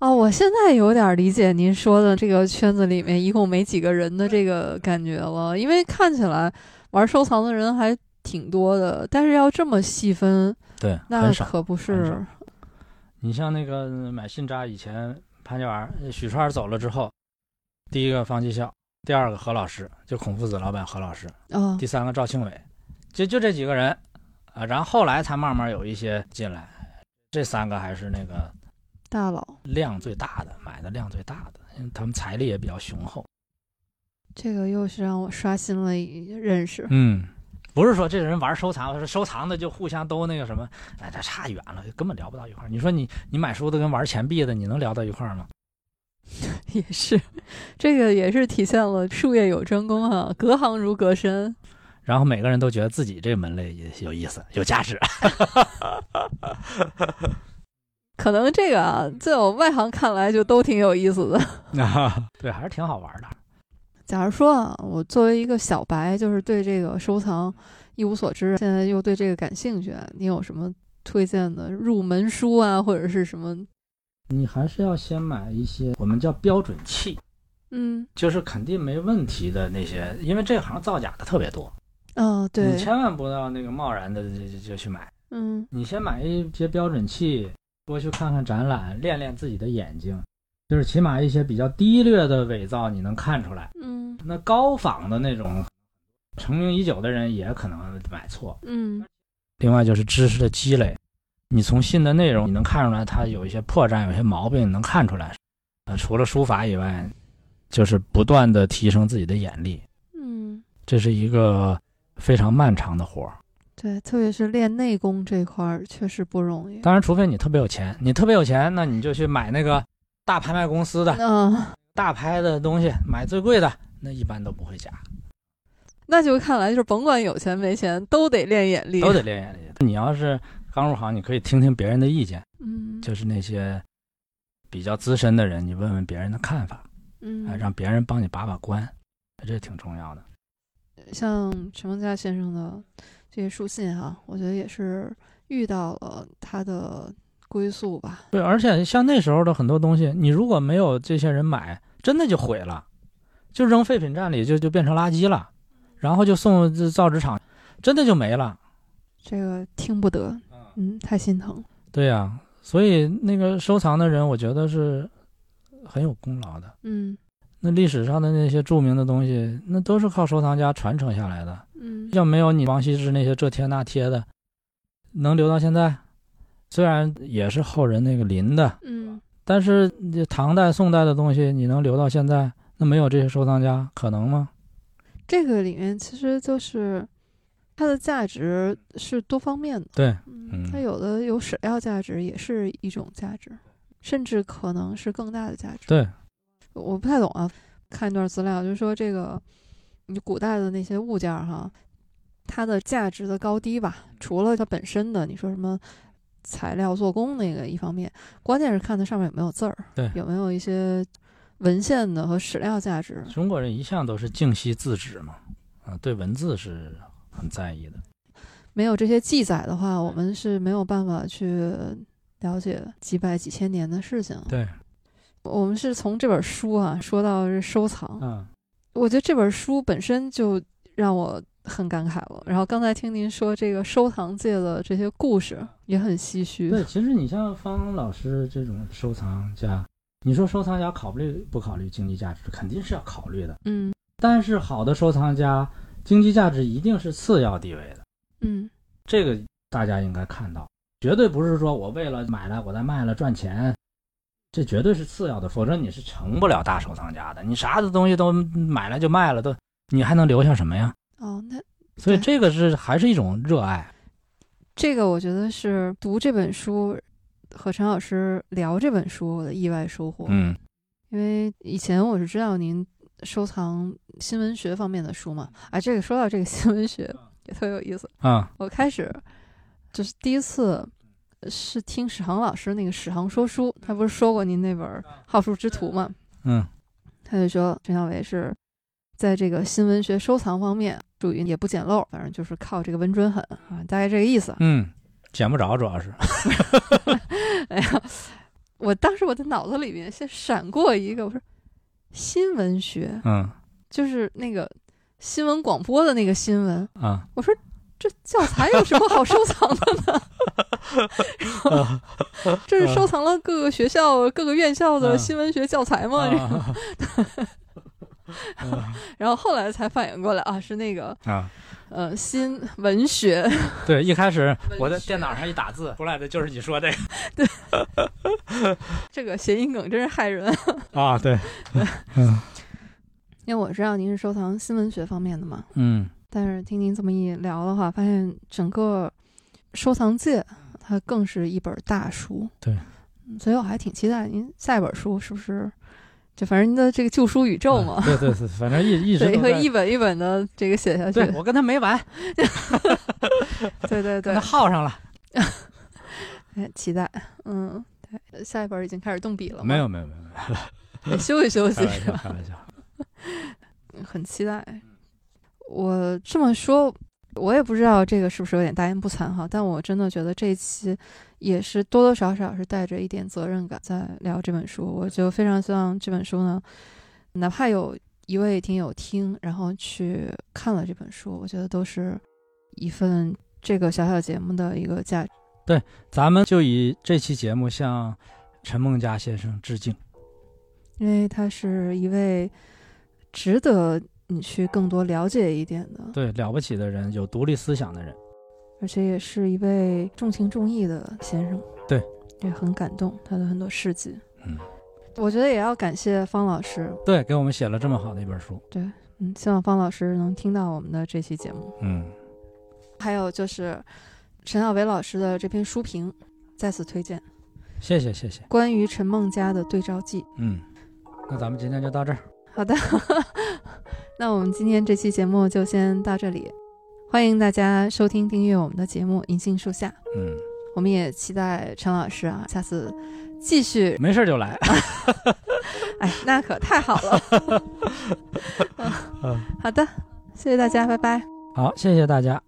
B: 哦，我现在有点理解您说的这个圈子里面一共没几个人的这个感觉了，因为看起来玩收藏的人还挺多的，但是要这么细分，
A: 对，
B: 那
A: 很少。
B: 可不
A: 很
B: 是
A: 少。你像那个买信札，以前潘家园许川走了之后，第一个方继孝，第二个何老师，就孔夫子老板何老师，
B: 啊、
A: 第三个赵庆伟，就就这几个人啊。然后后来才慢慢有一些进来，这三个还是那个
B: 大佬，
A: 量最大的，买的量最大的，因为他们财力也比较雄厚。
B: 这个又是让我刷新了一认识。
A: 嗯，不是说这人玩收藏，是收藏的就互相都那个什么，哎，这差远了，根本聊不到一块儿。你说你你买书的跟玩钱币的，你能聊到一块儿吗？
B: 也是，这个也是体现了术业有专攻啊，隔行如隔山。
A: 然后每个人都觉得自己这个门类也有意思、有价值。
B: 可能这个啊，在我外行看来就都挺有意思的。
A: 对，还是挺好玩的。
B: 假如说啊，我作为一个小白，就是对这个收藏一无所知，现在又对这个感兴趣，你有什么推荐的入门书啊，或者是什么？
A: 你还是要先买一些我们叫标准器，
B: 嗯，
A: 就是肯定没问题的那些，因为这行造假的特别多，
B: 哦，
A: 你
B: 对，
A: 千万不要那个贸然的就就就去买。
B: 嗯
A: 你先买一些标准器，多去看看展览，练练自己的眼睛，就是起码一些比较低劣的伪造你能看出来。
B: 嗯
A: 那高仿的那种，成名已久的人也可能买错。
B: 嗯
A: 另外就是知识的积累，你从信的内容你能看出来它有一些破绽，有些毛病，你能看出来。呃，除了书法以外，就是不断的提升自己的眼力，
B: 嗯，
A: 这是一个非常漫长的活儿。
B: 对，特别是练内功这块儿确实不容易。
A: 当然，除非你特别有钱，你特别有钱，那你就去买那个大拍卖公司的
B: 嗯，
A: 大牌的东西，买最贵的，那一般都不会假，
B: 那就看来就是甭管有钱没钱，都得练眼力，
A: 都得练眼力。你要是刚入行，你可以听听别人的意见，
B: 嗯，
A: 就是那些比较资深的人，你问问别人的看法，
B: 嗯
A: 哎，让别人帮你把把关，哎这挺重要的。
B: 像陈梦家先生的这些书信哈、我觉得也是遇到了他的归宿吧。
A: 对，而且像那时候的很多东西，你如果没有这些人买，真的就毁了，就扔废品站里就就变成垃圾了，然后就送这造纸厂，真的就没了。
B: 这个听不得，嗯，太心疼。
A: 对呀、所以那个收藏的人，我觉得是很有功劳的。
B: 嗯
A: 那历史上的那些著名的东西，那都是靠收藏家传承下来的。
B: 嗯
A: 要没有你王羲之那些这贴那贴的，能留到现在，虽然也是后人那个临的，
B: 嗯，
A: 但是你唐代、宋代的东西，你能留到现在，那没有这些收藏家可能吗？
B: 这个里面其实就是它的价值是多方面的。
A: 对，
B: 嗯
A: 嗯，
B: 它有的有史料价值，也是一种价值，甚至可能是更大的价值。
A: 对，
B: 我不太懂啊，看一段资料，就是说这个你古代的那些物件儿哈，它的价值的高低吧，除了它本身的，你说什么材料做工那个一方面，关键是看它上面有没有字儿，
A: 对
B: 有没有一些文献的和史料价值。
A: 中国人一向都是静惜字旨嘛，啊，对文字是很在意的。
B: 没有这些记载的话，我们是没有办法去了解几百几千年的事情。
A: 对，
B: 我们是从这本书啊说到是收藏，
A: 嗯
B: 我觉得这本书本身就让我很感慨了。然后刚才听您说这个收藏界的这些故事，也很唏嘘。
A: 对，其实你像方老师这种收藏家，你说收藏家考虑不考虑经济价值，肯定是要考虑的。
B: 嗯
A: 但是好的收藏家，经济价值一定是次要地位的，
B: 嗯
A: 这个大家应该看到，绝对不是说我为了买了我再卖了赚钱，这绝对是次要的，否则你是成不了大收藏家的。你啥子东西都买了就卖了，都你还能留下什么呀？
B: 哦，那
A: 所以
B: 对
A: 这个是还是一种热爱。
B: 这个我觉得是读这本书和陈老师聊这本书我的意外收获。
A: 嗯
B: 因为以前我是知道您收藏新闻学方面的书嘛，啊，这个说到这个新闻学
A: 嗯
B: 也特有意思。
A: 啊
B: 我开始就是第一次是听史航老师那个《史航说书》，他不是说过您那本《好书之徒》嘛，
A: 嗯
B: 他就说陈小维是在这个新闻学收藏方面属于也不捡漏，反正就是靠这个文准狠啊，大概这个意思。 (laughs)
A: 嗯，捡不着主要是。
B: 哎呀，我当时我的脑子里面先闪过一个，我说新闻学
A: 嗯
B: 就是那个新闻广播的那个新闻，
A: 啊
B: 这教材有什么好收藏的呢？
A: (laughs)
B: 然后这是收藏了各个学校、各个院校的
A: 嗯
B: 新闻学教材吗？这个
A: 啊
B: (laughs) 然后后来才反应过来啊，是那个
A: 啊！
B: 呃新闻学，
A: 对，一开始
B: 文
A: (laughs) 我在
B: 学
A: 电脑上一打字出来的就是你说这个
B: 这个谐音梗真是害人。
A: (laughs) 啊，对，
B: 因为我知道您是收藏新闻学方面的嘛，
A: 嗯
B: 但是听您这么一聊的话，发现整个收藏界它更是一本大书。
A: 对
B: 嗯，所以我还挺期待您下一本书是不是？就反正您的这个旧书宇宙嘛
A: 嗯，对对对，反正一一直
B: 对，
A: 都
B: 会
A: 在
B: 一本一本的这个写下去。
A: 对我跟他没完，
B: 对
A: 跟
B: 对对
A: 他，耗上了。
B: 哎，期待。嗯，对，下一本已经开始动笔了吗，
A: 没有没有没有， (laughs) 没有
B: 得休息休
A: 开
B: 息
A: 玩
B: 是
A: 笑
B: 吧？
A: 开玩笑。
B: 很期待。我这么说，我也不知道这个是不是有点大言不惭哈，但我真的觉得这一期也是多多少少是带着一点责任感在聊这本书，我就非常希望这本书呢，哪怕有一位听友听，然后去看了这本书，我觉得都是一份这个小小节目的一个价值。
A: 咱们就以这期节目向陈梦家先生致敬。
B: 因为他是一位值得你去更多了解一点的，
A: 对，了不起的人，有独立思想的人。
B: 而且也是一位重情重义的先生。
A: 对，
B: 也很感动他的很多事迹。
A: 嗯，
B: 我觉得也要感谢方老师。
A: 对，给我们写了这么好的一本书。
B: 嗯，希望方老师能听到我们的这期节目。
A: 嗯，
B: 还有就是陈小维老师的这篇书评，再次推荐
A: 谢谢谢谢。
B: 关于陈梦家的对照记。
A: 嗯，那咱们今天就到这儿。
B: 好的， (laughs) 那我们今天这期节目就先到这里，欢迎大家收听订阅我们的节目《银杏树下》，
A: 嗯，
B: 我们也期待陈老师啊下次继续，
A: 没事儿就来。
B: 哎，那可太好了。嗯好的，谢谢大家，拜拜。
A: 好，谢谢大家。